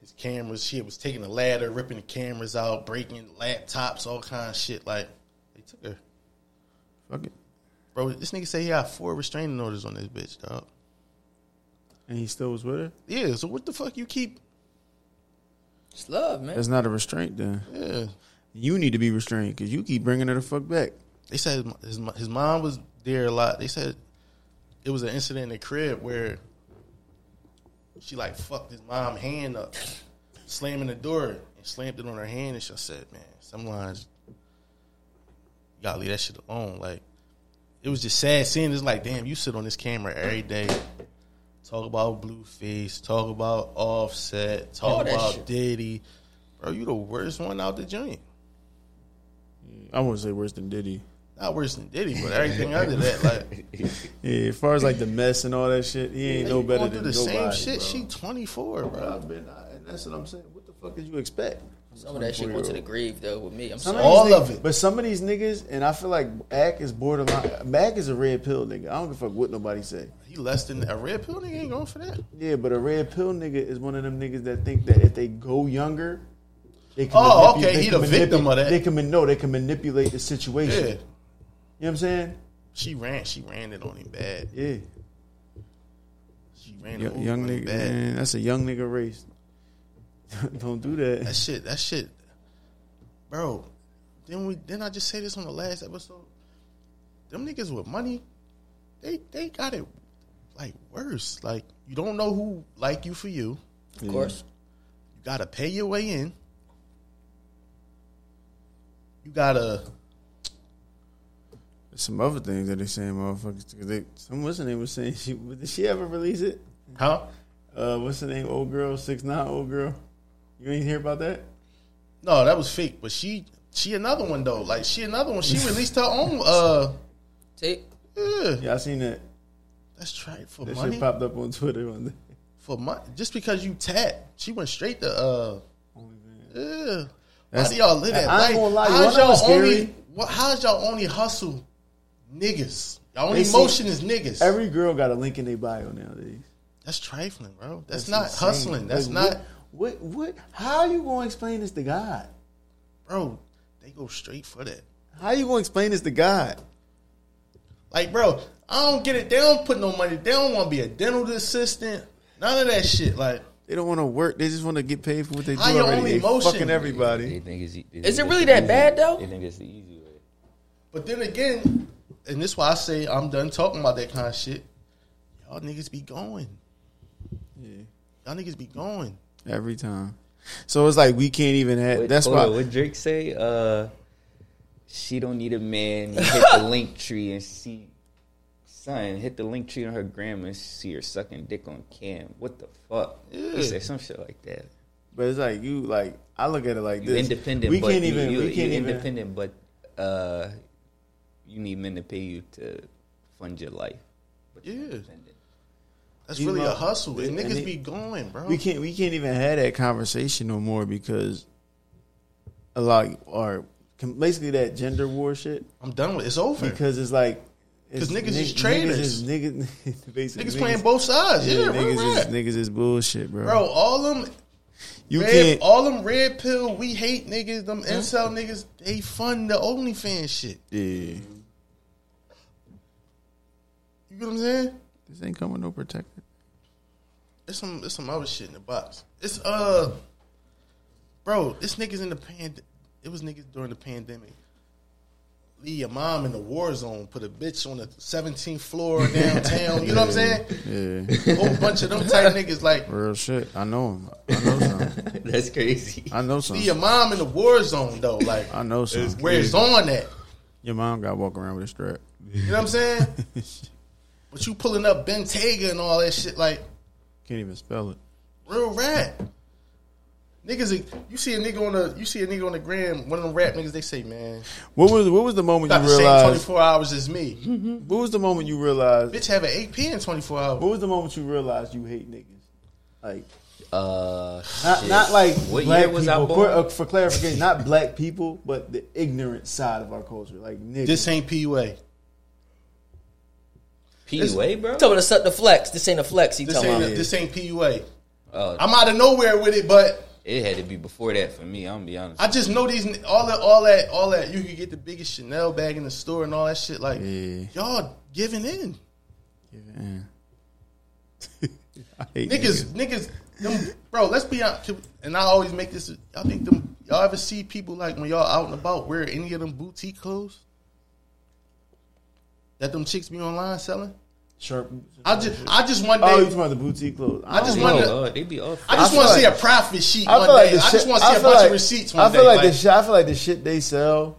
C: his cameras, shit was taking the ladder, ripping the cameras out, breaking laptops, all kind of shit. Like they took her.
D: Fuck it.
C: Bro, this nigga say he had four restraining orders on this bitch, dog.
D: And he still was with her?
C: Yeah, so what the fuck you keep?
A: It's love, man.
D: That's not a restraint then.
C: Yeah.
D: You need to be restrained because you keep bringing her the fuck back.
C: They said his, his, mo- his mom was there a lot. They said it was an incident in the crib where she like fucked his mom hand up, slamming the door and slammed it on her hand. And she said, "Man, some lines, you gotta leave that shit alone." Like it was just sad seeing. It's like, damn, you sit on this camera every day, talk about Blueface, talk about Offset, talk
A: All that
C: about
A: shit.
C: Diddy, bro. You the worst one out the joint.
D: I wouldn't say worse than Diddy.
C: Not worse than Diddy,
A: [laughs]
C: but everything other than that, like.
D: Yeah, as far as like the mess and all that shit, he ain't no
C: You
D: better
C: going through
D: than
C: the
D: nobody.
C: same shit. She 24, bro.
D: I've been, I, and that's what I'm saying. What the fuck did you expect?
A: Some of that shit went to the grave though with me. I'm
D: Some
A: sorry.
D: of these
C: All
D: niggas-
C: of it.
D: But some of these niggas, and I feel like Mac is borderline. Mac is a red pill nigga. I don't give a fuck what nobody say.
C: He less than a red pill nigga ain't going for that.
D: Yeah, but a red pill nigga is one of them niggas that think that if they go younger, they can.
C: Oh,
D: manipu-
C: okay,
D: they
C: he
D: can
C: the victim
D: manipu-
C: of that.
D: They can man- no, they can manipulate the situation.
C: [laughs]
D: You
C: Yeah.
D: know what I'm saying?
C: She ran, she ran it on him bad.
D: Yeah,
C: She ran it
D: Yo-
C: over
D: young
C: on him
D: nigga,
C: bad.
D: man, that's a young nigga race. [laughs] don't do
C: That
D: that.
C: shit, that shit, bro. Then we, then I just say this on the last episode. Them niggas with money, they they got it like worse. Like you don't know who like you for you.
A: Of course.
C: You gotta pay your way in. You gotta
D: There's some other things that they saying, motherfuckers. 'cause They, some what's her name was saying [laughs] she did she ever release it?
C: huh?
D: Uh, what's the name? Old girl, six nine. Old girl. You ain't hear about that?
C: No, that was fake. But she she another one though. Like she
D: [laughs]
C: another one. She released her own uh
A: Tape.
C: yeah.
D: Yeah, I seen that.
C: That's right for
D: That
C: money.
D: shit popped up on Twitter one day.
C: For money. Just because you tap, she went straight to uh yeah. Why
D: That's-
C: do y'all live that
D: I ain't
C: life?
D: gonna lie, you
C: How's
D: wanna know
C: y'all
D: what's
C: only
D: scary?
C: what, how's y'all only hustle niggas? Y'all only
D: They see-
C: motion is niggas.
D: Every girl got a link in their bio nowadays.
C: that's trifling, bro. That's,
D: It's
C: not
D: insane.
C: hustling. That's
D: Like,
C: not
D: What, what? What? How you gonna explain this to God?
C: bro. They go straight for that.
D: How you gonna explain this to God?
C: Like, bro, I don't get it. They don't put no money. They don't want to be a dental assistant. None of that shit. Like,
D: They don't want to work. They just want to get paid for what they do
C: How your
D: already.
C: only
D: They
C: motion?
D: fucking
B: They
D: everybody.
B: think it's, e- they
A: Is
B: think
A: it really
B: it's the
A: that
B: easy-
A: bad, though?
B: They think it's the easy way.
C: But then again, and this why I say I'm done talking about that kind of shit. Y'all niggas be going.
D: Yeah.
C: Y'all niggas be going.
D: Every time. So it's like we can't even have.
B: What-
D: that's
B: hold
D: why.
B: on, what Drake say. Uh, she don't need a man. You hit
D: [laughs]
B: the link tree and see, son, hit the link tree on her grandma and see her sucking dick on cam. What the fuck? He said some shit like that.
D: But it's like you like. I look at it like
B: You
D: this.
B: independent,
D: We
B: but
D: can't
B: you-
D: even.
B: you,
D: we
B: you
D: can't even.
B: independent, but uh, you need men to pay you to fund your life. But you're
C: Yeah.
B: independent. [laughs]
C: That's
D: You
C: really
D: know,
C: a hustle. And
D: and
C: niggas
D: it-
C: be going, bro.
D: we can't we can't even have that conversation no more because a lot or com- basically that gender war shit
C: I'm done with it. It's over. Niggas,
D: because it's like it's
C: 'Cause niggas is
D: nig-
C: traitors.
D: niggas is niggas, [laughs] basically
C: playing both sides. Yeah, real
D: niggas is
C: rap.
D: niggas is bullshit, bro.
C: Bro, all them
D: you
C: red,
D: can't.
C: all them red pill, we hate niggas, them incel niggas, they fund the OnlyFans shit.
D: yeah,
C: You get what I'm saying?
D: this ain't coming no protector.
C: It's some it's some other shit in the box. It's uh, bro, this niggas in the pand. It was niggas during the pandemic. Leave your mom in the war zone. Put a bitch on the 17th floor downtown. You know what I'm saying?
D: Yeah,
C: A whole bunch of them type niggas like
D: real shit. I know him. I know [laughs] some. [laughs]
B: That's crazy.
D: I know
C: leave your
D: some.
C: mom in the war zone though. Like
D: I know some.
C: where it's on at.
D: Your mom got walk around with a strap.
C: You know what I'm saying? But you pulling up Bentayga and all that shit like
D: Can't even spell it.
C: real rap. Niggas, you see a nigga on the you see a nigga on the gram. One of them rap niggas, they say, man,
D: What was what was the moment you
C: got the same twenty
D: realized?
C: four hours as me.
D: What was the moment you realized
C: Bitch have an AP in twenty four hours.
D: What was the moment you realized you hate niggas? Like
B: Uh,
D: not,
B: shit.
D: not like
B: what
D: black
B: year was
D: people.
B: I born?
D: For, uh, for clarification, not black people, but the ignorant side of our culture, like niggas.
C: This ain't PUA.
B: PUA, bro.
A: Tell her to suck the flex. This ain't a flex. He
C: This
A: talking
C: ain't
A: about.
C: this ain't PUA.
B: Oh,
C: I'm out of nowhere with it, but
B: It had to be before that for me. I'm gonna be honest.
C: I just know these n- all that all that all that you could get the biggest Chanel bag in the store and all that shit. Like
D: Yeah.
C: y'all giving in. [laughs]
D: Yeah. I hate
C: Niggas, niggas, them, bro. Let's be out. And I always make this. I think them. Y'all ever see people like when y'all out and about wear any of them boutique clothes that them chicks be online selling?
G: Sharp.
C: I just, I just one day,
D: Oh, you talking about the boutique clothes?
C: I just
D: don't
C: wanted-
D: know.
B: Oh, Lord, they be off.
C: I just
D: I
C: want to
D: feel
C: see a
D: like-
C: profit sheet
D: I
C: one
D: feel like
C: day.
D: the
C: I
D: shit.
C: just want to
D: I
C: see a
D: feel
C: bunch
D: like,
C: of receipts
D: I
C: one day.
D: feel like
C: Like,
D: the shit. I feel like the shit they sell.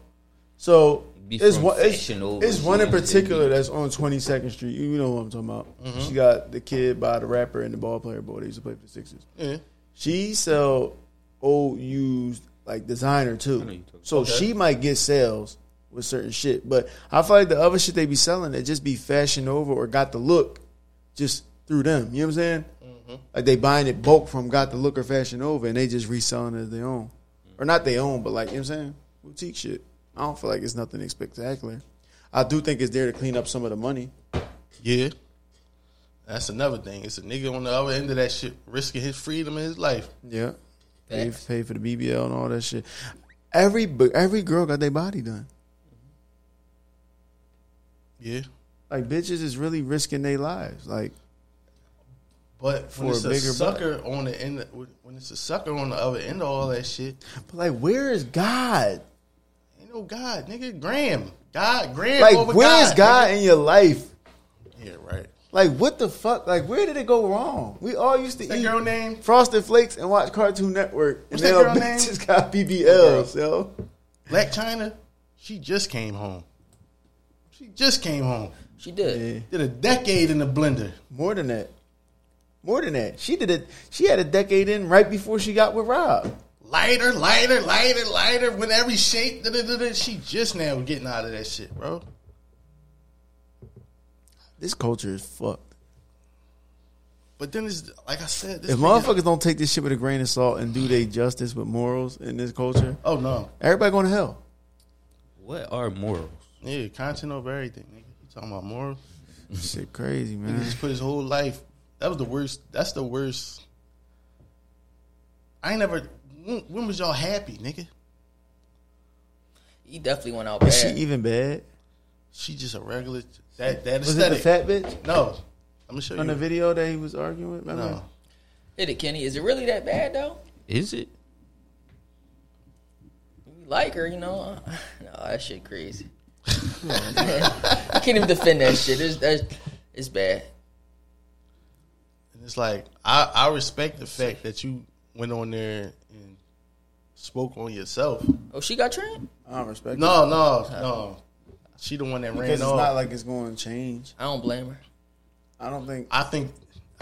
D: So
B: Be
D: it's
B: from
D: one. It's,
B: fashion over
D: it's one in
B: jeans,
D: particular
B: baby.
D: that's on Twenty Second Street. You know what I'm talking about.
C: Mm-hmm.
D: She got the kid by the rapper and the ball player boy. They used to play for the Sixers.
C: Yeah.
D: She sell old used like designer
B: know you
D: too.
B: talking-
D: So she might get sales with certain shit, but I feel like the other shit they be selling that just be fashion over or got the look just through them. You know what I'm saying?
C: Mm-hmm.
D: Like they buying it bulk from got the look or fashion over, and they just reselling it as their own, or not their own, but like you know what I'm saying, boutique shit. I don't feel like it's nothing spectacular. I do think it's there to clean up some of the money.
C: yeah, that's another thing. It's a nigga on the other end of that shit, risking his freedom and his life.
D: Yeah, pay, pay for the BBL and all that shit. Every bu- every girl got their body done.
C: Yeah,
D: Like bitches is really risking their lives. Like
C: but when
D: For a
C: it's a,
D: bigger butt.
C: sucker on the end, when it's a sucker on the other end of all that shit,
D: But like, where is God?
C: ain't no God, nigga. Graham, God, Graham
D: Like,
C: over
D: where is
C: God?
D: God in your life?
C: nigga. Yeah, right.
D: Like, what the fuck? Like, where did it go wrong? We all used to
C: That
D: eat
C: girl name?
D: Frosted Flakes and watch Cartoon Network,
C: What's
D: and
C: that
D: now
C: girl name?
D: bitches got BBLs, yo.
C: Black China, she just came home. She just came home.
A: She did.
C: Did a decade in the blender.
D: More than that, more than that. She did it. She had a decade in right before she got with Rob.
C: Lighter, lighter, lighter, lighter. When every shape, da, da, da, da. she just now getting out of that shit, bro.
D: This culture is fucked.
C: But then it's like I said, this
D: If
C: nigga-
D: motherfuckers don't take this shit with a grain of salt and do they justice with morals in this culture,
C: Oh no,
D: everybody going to hell.
B: What are morals?
C: yeah, content over everything, nigga. You talking about morals?
D: Shit, crazy
C: He
D: man.
C: just put his whole life. That was the worst. That's the worst. I ain't never. When, when was y'all happy, nigga?
A: He definitely went out
D: Is she
A: bad.
D: even bad?
C: She just a regular. That that
D: Was it the
C: aesthetic.
D: fat bitch?
C: no, I'm gonna show
D: on
C: you.
D: the video that he was arguing with? Remember?
C: no,
A: Hit it, Kenny. Is it really that bad though?
B: Is it?
A: You like her, you know? [laughs] No, that shit crazy. [laughs] I can't even defend that shit. It's, that's, it's bad.
C: and it's like I I respect the fact that you went on there and spoke on yourself.
A: Oh, she got trained?
D: I don't respect it.
C: No, no, no. She the one that
D: Because
C: ran
D: it's
C: off.
D: not like it's going to change.
A: I don't blame her.
D: I don't think.
C: I think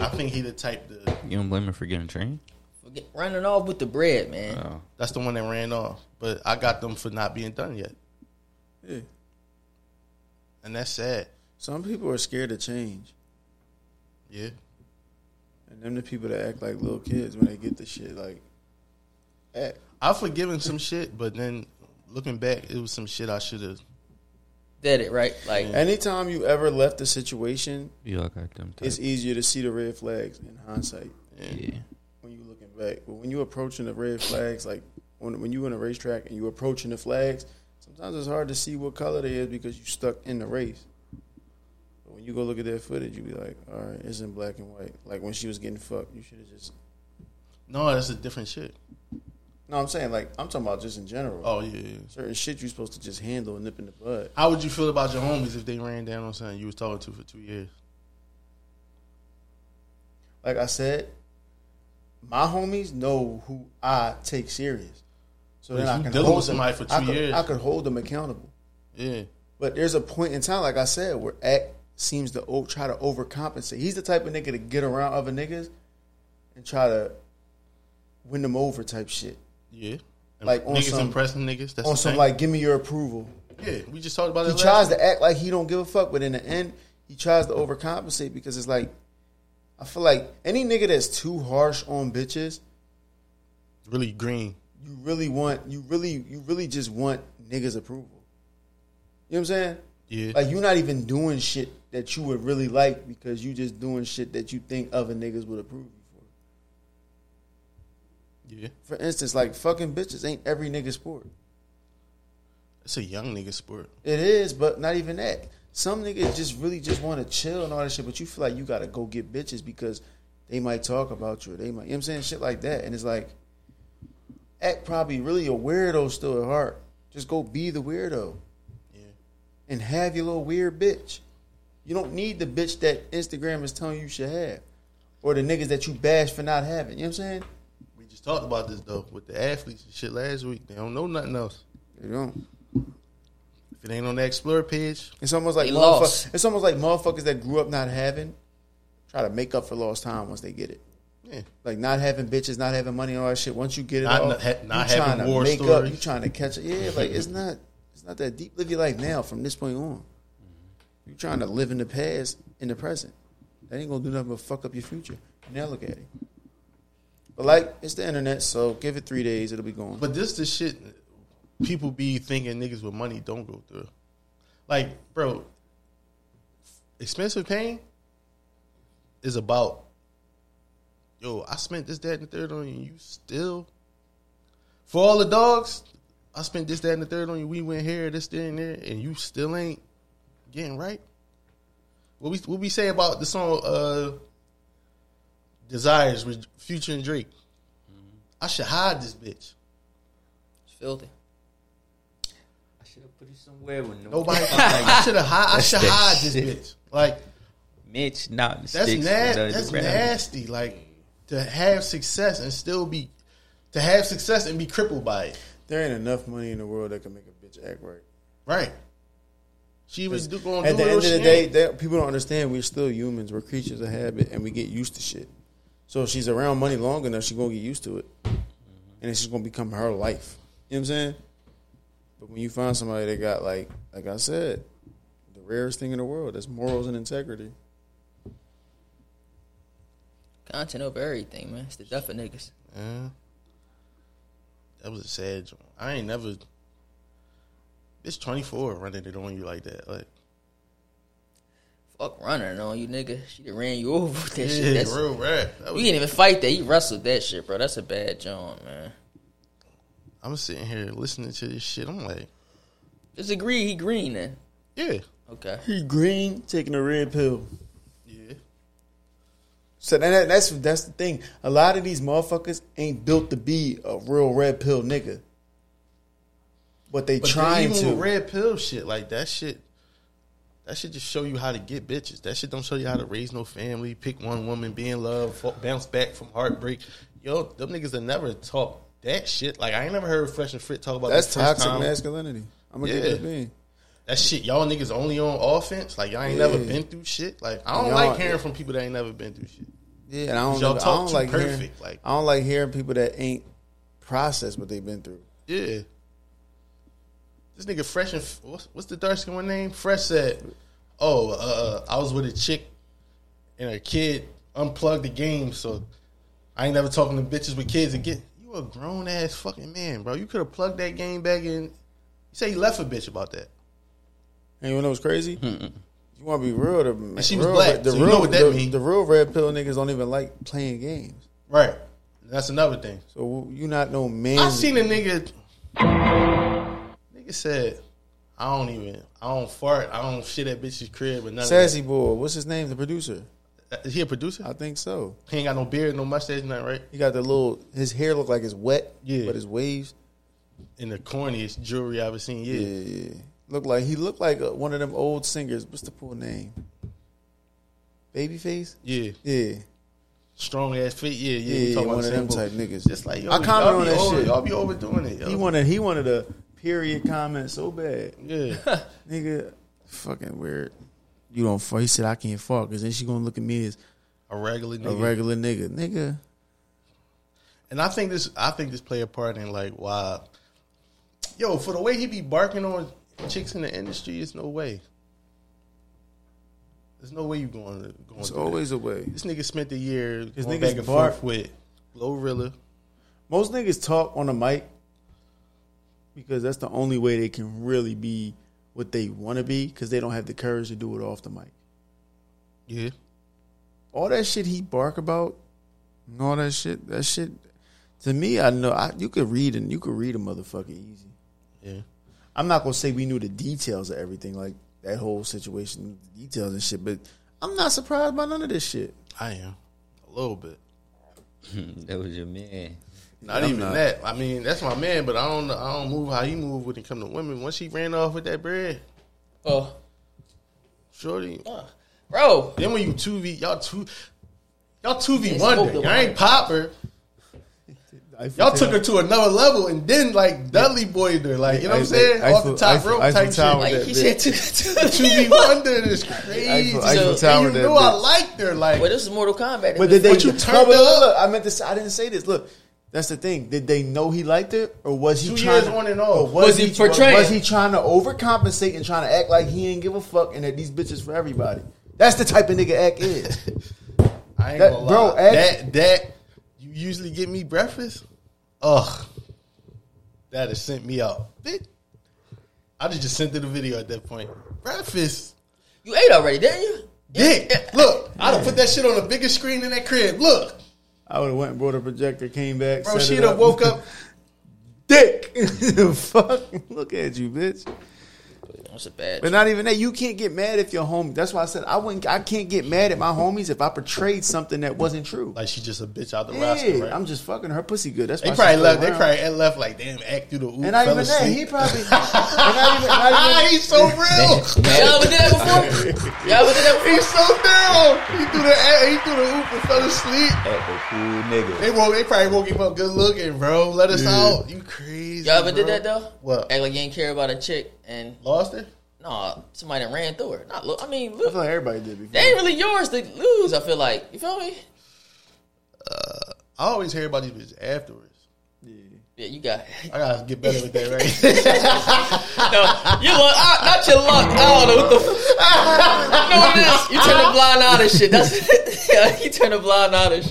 C: I think he the type to.
B: You don't blame her for getting trained?
A: Forget, running off with the bread, man.
B: Oh.
C: That's the one that ran off. But I got them for not being done yet,
D: Yeah.
C: and that's sad.
D: Some people are scared to change.
C: Yeah.
D: And them the people that act like little kids when they get the shit. Like, act.
C: I've forgiven some shit, but then looking back, it was some shit I should have.
A: Did it, right? Like,
D: Anytime you ever left the situation,
B: You all got them type.
D: it's easier to see the red flags in hindsight
B: yeah.
D: when you looking back. But when you approaching the red flags, like when, when you in a racetrack and you approaching the flags, sometimes it's hard to see what color they is because you stuck in the race. But when you go look at that footage, you be like, all right, it's in black and white. Like when she was getting fucked, you should have just.
C: No, that's a different shit.
D: No, I'm saying like I'm talking about just in general.
C: Oh yeah. yeah.
D: Certain shit you supposed to just handle and nip in the bud.
C: How would you feel about your homies if they ran down on something you was talking to for two years?
D: Like I said, my homies know who I take serious. So then
C: If
D: I
C: you
D: can
C: dealing
D: hold
C: with
D: them-
C: somebody for two
D: I could-
C: years.
D: I could hold them accountable.
C: Yeah.
D: But there's a point in time, like I said, where Act seems to o- try to overcompensate. He's the type of nigga to get around other niggas and try to win them over type shit.
C: Yeah. And
D: Like, on
C: niggas
D: some-
C: impressing niggas. That's
D: On
C: the
D: some
C: thing.
D: like, give me your approval.
C: Yeah, we just talked about
D: He
C: it. Last
D: tries to act like he don't give a fuck, but in the end, he tries to overcompensate because it's like, I feel like any nigga that's too harsh on bitches,
C: really green.
D: you really want, you really, you really just want niggas approval. You know what I'm saying?
C: Yeah.
D: Like you're not even doing shit that you would really like because you just doing shit that you think other niggas would approve you for.
C: Yeah.
D: For instance, like fucking bitches ain't every nigga sport.
C: It's a young nigga sport.
D: It is, but not even that. Some niggas just really just want to chill and all that shit, but you feel like you gotta go get bitches because they might talk about you. Or they might, you know what I'm saying, shit like that. And it's like, act probably really a weirdo still at heart. Just go be the weirdo
C: Yeah.
D: and have your little weird bitch. You don't need the bitch that Instagram is telling you you should have, or the niggas that you bash for not having. You know what I'm saying?
C: We just talked about this though with the athletes and shit last week. They don't know nothing else.
D: You don't.
C: If it ain't on the Explorer page,
D: It's almost like
A: They
D: motherfuck-
A: lost.
D: it's almost like motherfuckers that grew up not having try to make up for lost time once they get it.
C: yeah.
D: Like not having bitches, not having money, all that shit. Once you get it,
C: Not-
D: all,
C: not ha- not
D: you
C: having
D: trying to
C: war
D: make up,
C: stories.
D: you trying to catch it.
C: [laughs]
D: Yeah, like it's not, it's not that deep. Live your life now from this point on. You trying to live in the past, in the present. That ain't gonna do nothing but fuck up your future. Now look at it. But like it's the internet, so give it three days, it'll be gone.
C: But this the shit people be thinking niggas with money don't go through. Like, bro, expensive pain is about yo, I spent this, that, and the third on you, and you still for all the dogs, I spent this, that, and the third on you, we went here, this, there, and there, and you still ain't getting right. What we what we say about the song uh Desires with Future and Drake. I should hide this bitch.
A: It's filthy.
B: I should have put you somewhere with
C: Nobody. I should have. Hi- I should
B: that
C: hide this
B: shit.
C: bitch. Like
B: Mitch, not
C: that's
B: sticks.
C: nasty. That's nasty. Like to have success and still be to have success and be crippled by it.
D: there ain't enough money in the world that can make a bitch act right.
C: Right. She was do- going
D: At
C: do
D: the end
C: what
D: of
C: she
D: the day,
C: ain't.
D: that, people don't understand we're still humans. We're creatures of habit, and we get used to shit. So if she's around money long enough, she's gonna get used to it, and it's just gonna become her life. You know what I'm saying? But when you find somebody that got like, like I said, the rarest thing in the world that's morals and integrity.
A: Content over everything, man. It's the death of niggas.
C: Yeah. That was a sad joint. I ain't never. It's twenty four running it on you like that. Like
A: Fuck running on you, nigga. She done ran you [laughs] over with that shit.
C: yeah,
A: That's,
C: real rap. That
A: you
C: was,
A: didn't even fight that. You wrestled that shit, bro. That's a bad job, man.
C: I'm sitting here listening to this shit. I'm like,
A: Just agree he green then.
C: yeah,
A: Okay.
D: He green taking a red pill.
C: yeah.
D: So that, that- that's that's the thing. A lot of these motherfuckers ain't built to be a real red pill nigga, but they
C: But
D: trying
C: then even
D: to.
C: with red pill shit like that shit. That shit just show you how to get bitches. That shit don't show you how to raise no family, pick one woman, be in love, fa- bounce back from heartbreak. Yo, them niggas that never talk that shit. Like I ain't never heard Fresh and Frit talk about
D: that's
C: this first
D: toxic
C: time.
D: masculinity. I'm gonna
C: Yeah.
D: get that being.
C: That shit, y'all niggas only on offense. Like y'all ain't
D: Yeah.
C: never been through shit. Like I don't
D: Y'all-
C: like hearing from people that ain't never been through shit.
D: Yeah, and I don't,
C: y'all
D: know- I
C: talk
D: don't
C: too
D: like hearing,
C: perfect, like-
D: I don't like hearing people that ain't processed what they've been through.
C: Yeah. This nigga Fresh and what's, what's the dark skin one name? Fresh said, "Oh, uh, I was with a chick and a kid unplugged the game, so I ain't never talking to bitches with kids again." You a grown ass fucking man, bro. You could have plugged that game back in. You say you left a bitch about that.
D: And you know what's crazy? You want to be real? The,
C: she was
D: real-
C: black,
D: The
C: so
D: real,
C: you know what that
D: the,
C: mean.
D: the real red pill niggas don't even like playing games.
C: Right. That's another thing.
D: So you not no man.
C: I seen a nigga. Nigga said, "I don't even. I don't fart. I don't shit at bitches crib or nothing."
D: Sassy boy, what's his name? The producer?
C: Is he a producer?
D: I think so.
C: He ain't got no beard, no mustache, nothing, right?
D: He got the little. His hair look like it's wet.
C: Yeah.
D: but his waves.
C: And the corniest jewelry I've ever seen. Yeah.
D: Yeah, yeah. look like he looked like uh one of them old singers. What's the poor name? Babyface.
C: Yeah.
D: Yeah.
C: Strong ass fit. Yeah, yeah.
D: Yeah,
C: We talking
D: one
C: about
D: of
C: the same
D: them type
C: book.
D: niggas.
C: Just like, yo,
D: I comment
C: y'all
D: on
C: be
D: that
C: over-
D: shit.
C: Y'all be overdoing it. Yo.
D: He wanted he wanted a period comment so bad, [laughs]
C: yeah.
D: nigga. Fucking weird. You don't fuck. He said I can't fuck because then she gonna look at me as
C: a regular
D: a
C: nigga.
D: regular nigga, nigga.
C: and I think this I think this play a part in like why yo, for the way he be barking on chicks in the industry, it's no way. There's no way you going to going
D: It's
C: through that.
D: always a way.
C: this nigga spent a year going
D: niggas
C: back and
D: bark.
C: forth with Glorilla.
D: Most niggas talk on the mic because that's the only way they can really be what they want to be because they don't have the courage to do it off the mic.
C: Yeah.
D: All that shit he bark about, and all that shit, that shit, To me, I know I, you could read and you could read a motherfucker easy.
C: Yeah.
D: I'm not gonna say we knew the details of everything, like that whole situation, the details and shit. But I'm not surprised by none of this shit.
C: I am. A little bit.
B: That was your man.
C: Not
D: I'm
C: even
D: not.
C: that. I mean, that's my man, but I don't I don't move how he move when it come to women. Once he ran off with that bread,
A: Oh,
C: shorty. uh,
A: bro.
C: Then when you two v y'all two y'all two v
A: They
C: one,
A: spoke
C: day.
A: the
C: y'all ain't popper.
D: I feel
C: Y'all took her to another level, and then like Dudley boyed her, like you know what I'm
D: Eiffel-
C: saying, off the
D: Eiffel-
C: top
D: Eiffel-
C: rope
D: Eiffel
C: type
D: Tower.
C: shit.
A: Like
D: that
A: he
D: bitch.
A: said, two, two,
C: Two v one, then is crazy.
D: Eiffel- Eiffel
C: so,
D: Tower
C: and you
D: that
C: knew I
D: bitch.
C: liked her, like
A: Well, this is Mortal Kombat.
D: But did they?
C: But you
D: no,
C: turned
D: but
C: it
D: look,
C: up.
D: look, I meant to. Say, I didn't say this. Look, that's the thing. Did they know he liked it, or was he
C: Two
D: trying
C: years
D: to,
C: on and off.
D: or
A: Was he portraying?
D: Was he trying to overcompensate and trying to act like he didn't give a fuck and that these bitches for everybody? That's the type of nigga act is.
C: [laughs] I ain't
D: that-
C: gonna
D: bro,
C: lie.
D: Eiffel-
C: that that you usually get me breakfast. Ugh, that has sent me out, bitch. I just just sent her the video at that point. Breakfast,
A: you ate already, didn't you?
C: dick. Look, I done put that shit on the biggest screen in that crib. Look,
D: I would have went and brought a projector, came back,
C: bro,
D: set
C: she
D: it
C: done woke up.
D: dick. [laughs] Fuck, look at you, bitch.
A: That's a bad.
D: But not even that. You can't get mad if your homie. That's why I said I wouldn't. I can't get mad at my homies if I portrayed something that wasn't true.
C: [laughs] Like she just a bitch out the roster,
D: Yeah,
C: right?
D: I'm just fucking her pussy good. That's
C: they
D: why
C: probably
D: she's
C: left. They
D: around.
C: probably left like damn. Act through the ooh,
D: And not
C: fell
D: even that,
C: asleep.
D: he probably. and not even, not
C: Ah,
D: even,
C: he's
D: [laughs]
C: so [laughs] real.
A: Y'all ever did that before? Y'all ever did that before?
C: he's so down. He threw the he threw the oop and fell asleep.
B: That cool nigga.
C: They woke. They probably woke him up good looking, bro. Let us out. You crazy?
A: Y'all ever
C: bro.
A: did that though?
C: What?
A: Act like you ain't care about a chick and
C: Lost it?
A: no, somebody done ran through her. Not look. I mean,
D: I
A: look,
D: feel like everybody did before.
A: they ain't really yours to lose. I feel like you feel me.
C: I always hear about these bitches afterwards.
A: Yeah, you got
C: I gotta get better with that, right?
A: no. You luck, I, not your luck. I don't know what the. F- you know what it is? You turn a blind eye to shit. That's [laughs] yeah. You turn a blind eye to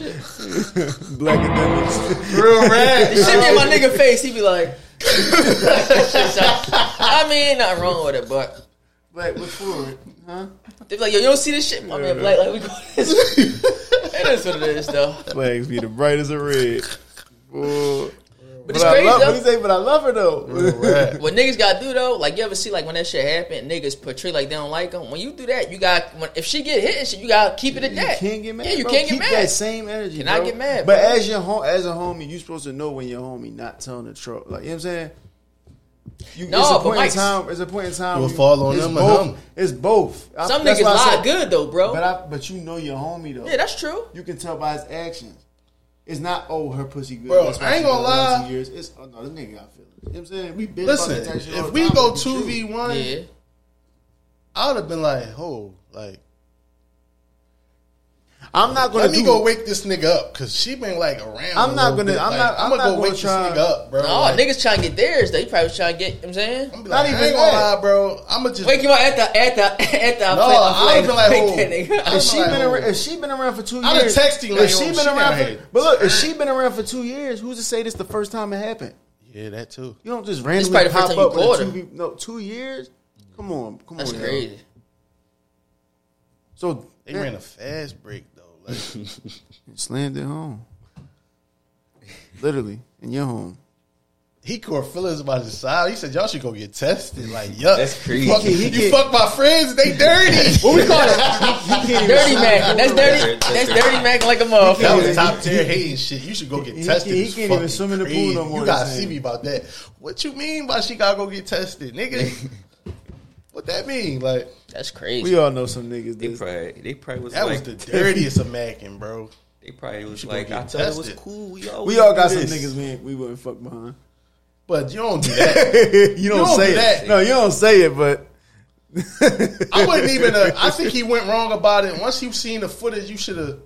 A: shit.
D: Black and
C: Real rap.
A: The shit in my nigga face. He be like, [laughs] I mean, not wrong with it, but
D: Black before, huh?
A: they be like, yo, you don't see this shit. I mean, black
D: [laughs]
A: like we go. This. it is what it is though.
D: Blacks be the brightest of red. Boy.
A: But
D: But
A: it's
D: I
A: crazy
D: love
A: though.
D: what he say. But I love her [laughs] though.
A: What niggas gotta do though, like you ever see like when that shit happen, niggas portray like they don't like them. When you do that, you got when, if she get hit and shit, you gotta keep it at
D: You
A: that.
D: can't get mad.
A: Yeah, you
D: bro.
A: can't
D: Keep
A: get
D: that
A: mad.
D: same energy.
A: Cannot
D: bro.
A: get mad,
D: But
A: bro.
D: as your home, as a homie, you supposed to know when your homie not telling the truth. Like you know what I'm saying. You,
A: No,
D: it's a
A: but
D: point
A: Mike's-
D: in time. It's a point in time.
C: You'll
D: where you-
C: fall on
D: it's
C: them or
D: both,
C: him.
D: It's both. I-
A: Some
D: that's
A: niggas
D: why I
A: lie
D: said-
A: good though, bro.
D: But I, but you know your homie though.
A: yeah, that's true.
D: You can tell by his actions. It's not oh her pussy good.
C: Bro,
D: That's why
C: I ain't
D: she
C: gonna
D: been around
C: lie.
D: Two years. It's oh no, this nigga got feelings. You know what I'm saying? [laughs] We been
C: Listen,
D: about that type shit all
C: if
D: the
C: we
D: time,
C: go
D: but it's
C: two
D: true.
C: v one,
A: Yeah,
C: I would have been like, oh, like
D: I'm not gonna
C: let me
D: do-
C: go wake this nigga up because she been like around.
D: I'm
C: a
D: not
C: little
D: gonna-
C: bit.
D: I'm
C: Like,
D: not- I'm
C: I'ma
D: not
C: go
D: gonna
C: wake this
D: try-
C: nigga up, bro.
A: no,
C: like,
A: niggas trying to get theirs. They probably trying to get. You know what I'm saying,
C: I'm not
D: Not
C: even
D: even
C: gonna
D: that.
C: lie, bro. I'm gonna just
A: wake you up at the at the at the.
C: No, I would've been like,
A: [laughs]
C: oh.
D: If she
C: like,
D: been
C: oh.
D: around, if she been around for two
C: I'da
D: years,
C: text you, like,
D: if
C: oh,
D: she been
C: she
D: around,
C: got hit.
D: for, but look, if she been around for two years, who's to say this the first time it happened?
C: Yeah, that too.
D: You don't just
A: probably
D: randomly
A: the
D: pop
A: first time you
D: up with
A: called
D: a
A: her.
D: two, no two years. Come on, come
A: That's
D: on, yo.
A: crazy.
D: So
C: They ran a fast break though. Like,
D: slammed it home, literally in your home.
C: he core feelings about his side. He said y'all should go get tested. Like, yuck.
B: That's crazy.
C: Fuck,
D: He
C: you
D: get-
C: fuck my friends.
D: [laughs]
C: They dirty.
A: What we call
C: [laughs]
A: it? dirty Mac. That's dirty. That's dirty Mac like a
C: That
A: motherfucker.
C: was top tier hate and shit. You should go get
D: He- he-
C: tested.
D: he
C: It's
D: can't even
C: fucking
D: swim in the pool
C: crazy.
D: no more,
C: You gotta
D: he's
C: see
D: saying.
C: me about that. What you mean by she gotta go get tested,
B: [laughs]
C: nigga? what that mean? Like
A: That's crazy.
D: We all know some niggas.
B: They
D: That's,
B: probably, they probably was
C: that
B: like, [laughs]
C: was the dirtiest of macking, bro.
B: they probably was
C: go
B: like,
C: get
B: I thought it was
C: tested.
B: cool. We all,
D: we all got some niggas we ain't, we wouldn't fuck behind.
C: But you don't do that.
D: [laughs] you don't,
C: don't
D: say
C: do
D: it.
C: that.
D: No, you don't say it, but
C: I wouldn't even. Uh, I think he went wrong about it. Once you've seen the footage, you should have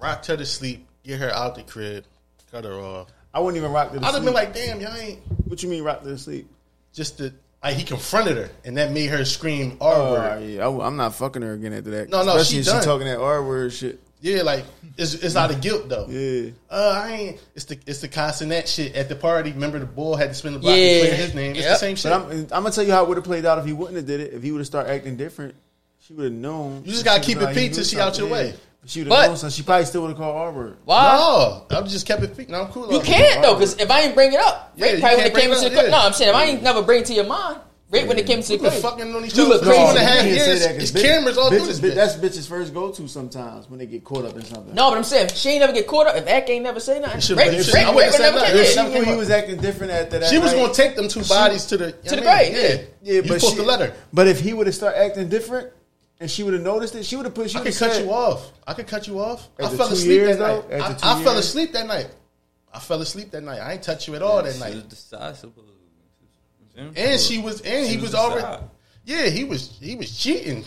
C: rocked her to sleep, get her out the crib, cut her off.
D: I wouldn't even rock to the
C: I'd have
D: sleep.
C: been like, damn, y'all ain't
D: what you mean rock to the sleep?
C: just the. Like he confronted her, and that made her scream R
D: Oh,
C: word.
D: yeah, I, am not fucking her again after that.
C: No, no,
D: especially
C: she
D: if
C: done.
D: she talking that R word shit.
C: Yeah, like it's it's out of guilt though.
D: Yeah.
C: Uh, I ain't. It's the it's the constant that shit at the party. Remember the bull had to spin the block
A: Yeah.
C: and clear his name. It's
A: Yep.
C: the same shit.
D: But I'm, I'm gonna tell you how it would have played out if he wouldn't have did it. If he would have started acting different, she would have known.
C: You just gotta
D: She
C: keep
D: would've
C: it
D: been
C: peaked till
D: you
C: she
D: doing
C: out your
D: something.
C: way.
D: She would
A: But-
D: have known, so she probably still would have called Arbor.
A: Why?
C: No, I just kept it. fe- No, I'm cool.
A: You
C: on it.
A: can't though, because if I ain't bring it up,
C: Yeah,
A: Rick
C: you
A: probably when
C: can't
A: it came
C: bring it
A: into the
C: up,
A: crib.
C: yeah.
A: No, I'm saying if I ain't never bring it to your mind, Rick when it came to the
C: We've been
A: crib.
C: fucking on each
A: You
C: other
A: look
C: for two and a
A: crazy. You
C: half
D: can't say
C: years.
D: that 'cause
C: It's
D: bitch-
C: cameras all through this
D: bitches- bi-
C: bitch.
D: That's bitches' first go to sometimes when they get caught up in something.
A: No, but I'm saying she ain't never get caught up. If Eck ain't never say nothing,
C: should've-
A: Rick,
C: you
A: Rick,
C: should've-
A: Rick,
C: I wouldn't
A: would
C: have
A: never
C: said
A: get
C: nothing.
D: If
C: Yeah,
D: she
A: it.
C: I'm
D: knew
C: cool.
D: you was acting different after that.
C: She was
D: night-
C: gonna take them two bodies to the
A: the grave, yeah.
D: Yeah, but
C: you supposed
D: she,
C: to let her.
D: But if he would have started acting different, and she would have noticed it, she would have pushed.
C: I could cut you off. I could cut you off. I
D: After
C: fell
D: two
C: asleep
D: years,
C: that
D: though?
C: night.
D: After
C: I,
D: two
C: I fell
D: years?
C: asleep that night. I fell asleep that night. I ain't touch you at all that
B: She
C: night.
B: was the size of a-
C: And she was, and he
B: was
C: was,
B: the
C: already.
B: side.
C: Yeah, he was, he was cheating.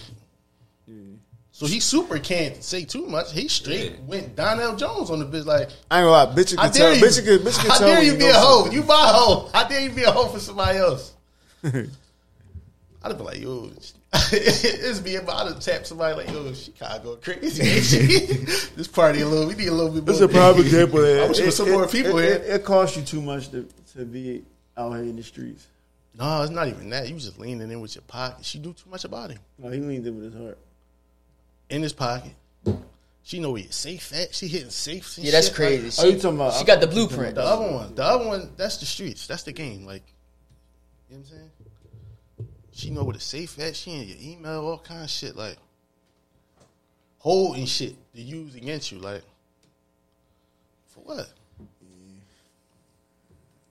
C: So he super can't say too much. He straight
B: Yeah.
C: went Donnell Jones on the bitch like.
D: I ain't gonna lie, bitch. You
C: I
D: could tell.
C: dare you.
D: Bitch, you could, bitch could
C: I
D: tell.
C: dare
D: when
C: you be
D: know
C: a hoe.
D: something.
C: You buy a hoe. I dare you be a hoe for somebody else. I'd have been like, yo, [laughs] it's me. But I'd have tapped somebody like, yo, she kind of go crazy. [laughs] this party a little. We need a little bit more.
D: This is a [laughs] prime example.
C: I wish there was some more people
D: it,
C: here.
D: It, [laughs] it costs you too much to, to be out here in the streets.
C: No, it's not even that. You just leaning in with your pocket. She do too much about him
D: No, he leaned in with his heart.
C: in his pocket. She know where your safe at. She hitting safes. And
A: Yeah, that's
C: shit.
A: crazy.
D: Are you
A: She,
D: talking about?
A: she got the blueprint.
C: The other one, the other one, that's the streets. That's the game. Like, you know what I'm saying? She know where the safe at. She in your email, all kind of shit. Like, holding shit to use against you. Like, for what?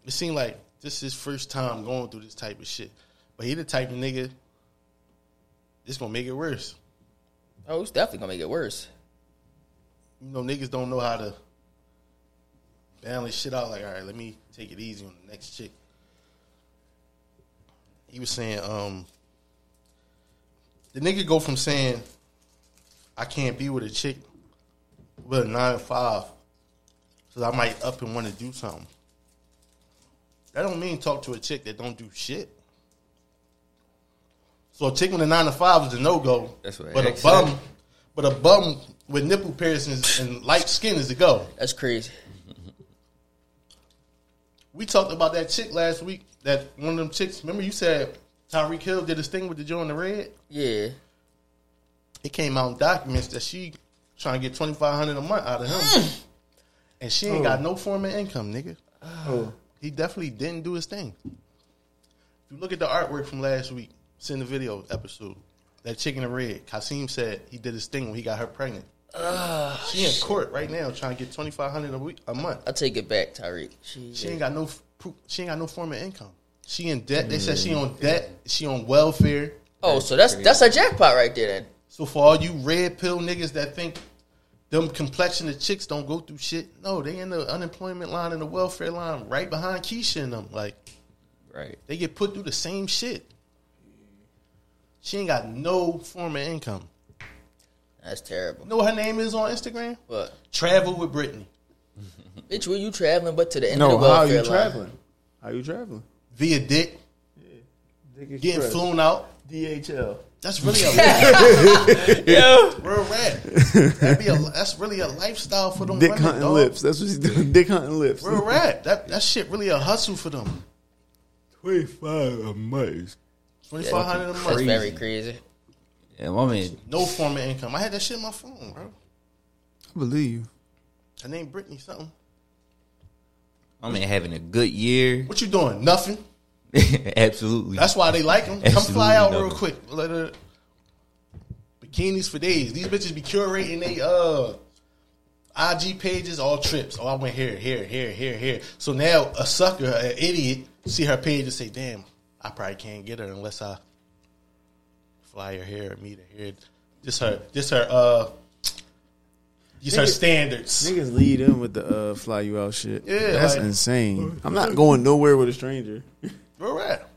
C: It seemed like this is first time going through this type of shit. But he the type of nigga, this gonna make it worse.
A: Oh, it's definitely gonna make it worse.
C: you know, niggas don't know how to balance shit out. Like, all right, let me take it easy on the next chick. He was saying, um, the nigga go from saying, I can't be with a chick with a nine to five, so I might up and want to do something. That don't mean talk to a chick that don't do shit. So a chick with a nine to five is a no go.
B: That's what
C: But a
B: X said.
C: bum, but a bum with nipple piercings and light skin is a go.
A: That's crazy.
C: We talked about that chick last week. That one of them chicks. Remember you said Tyreek Hill did his thing with the Joe in the red.
A: Yeah.
C: It came out in documents that she trying to get twenty five hundred a month out of him, and she ain't got no form of income, nigga.
D: Oh,
C: He definitely didn't do his thing. If you look at the artwork from last week, send the video episode. That chick in the red, Kasim said he did his thing when he got her pregnant. she in court right now trying to get twenty five hundred a week a month.
A: I take it back, Tyreek. She,
C: She ain't got no f- proof. She ain't got no form of income. She in debt. They said she on debt. She on welfare.
A: oh, so that's that's a jackpot right there. Then
C: So for all you red pill niggas that think them complexion of chicks don't go through shit, no, they in the unemployment line and the welfare line right behind Keisha and them. Like
B: Right.
C: they get put through the same shit. She ain't got no form of income.
A: that's terrible.
C: You know what her name is on Instagram?
A: But
C: Travel with Brittany
A: bitch, were you traveling? But to the end
D: no,
A: of the
D: "Oh, how you
A: welfare line.
D: traveling? How you traveling?
C: via dick, getting flown out.
D: DHL.
C: That's
D: [laughs]
C: really a yeah. [laughs] real rap. That'd be a, that's really a lifestyle for them.
D: Dick
C: women,
D: hunting
C: dog.
D: lips. That's what she's doing. [laughs] Dick hunting lips.
C: Real rap. That that shit really a hustle for them.
D: Twenty five a month.
C: Twenty five hundred a month.
A: That's very crazy.
B: Yeah, my man.
C: No form of income. I had that shit in my phone, bro.
D: I believe you.
C: Her name Brittany something.
B: My man having a good year. [laughs]
C: What you doing? Nothing. [laughs]
B: Absolutely. [laughs]
C: That's why they like them. Come
B: Absolutely
C: fly out real
B: nothing.
C: quick. Let her bikinis for days. These bitches be curating they uh IG pages all trips. Oh, I went here, here, here, here, here. So now a sucker, an idiot, see her page and say, "Damn, I probably can't get her unless I fly her here, or meet her here." Just her, just her, uh, just her
D: Nigga-
C: standards.
D: Niggas lead in with the uh, fly you out shit.
C: Yeah,
D: that's
C: like-
D: insane. I'm not going nowhere with a stranger.
C: Real rap.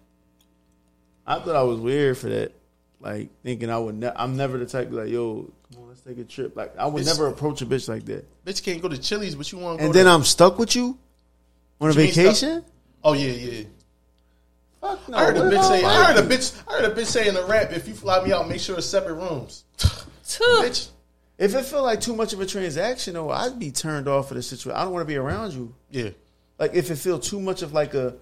D: I thought I was weird for that. Like thinking I would. Ne- I'm never the type to be like, yo, come on, let's take a trip. Like I would
C: It's-
D: never approach a bitch like that.
C: Bitch can't go to Chili's, but you want to go
D: And then
C: to,
D: I'm stuck with you on a
C: mean stuck?
D: vacation.
C: oh yeah, yeah.
D: Fuck no.
C: I heard a
D: what if
C: bitch say.
D: don't
C: I
D: like
C: heard a
D: you?
C: bitch. I heard a bitch say in the rap, "If you fly me out, make sure it's separate rooms." bitch,
D: If it felt like too much of a transaction, though, I'd be turned off of the situation. I don't want to be around you.
C: yeah,
D: Like if it feel too much of like a,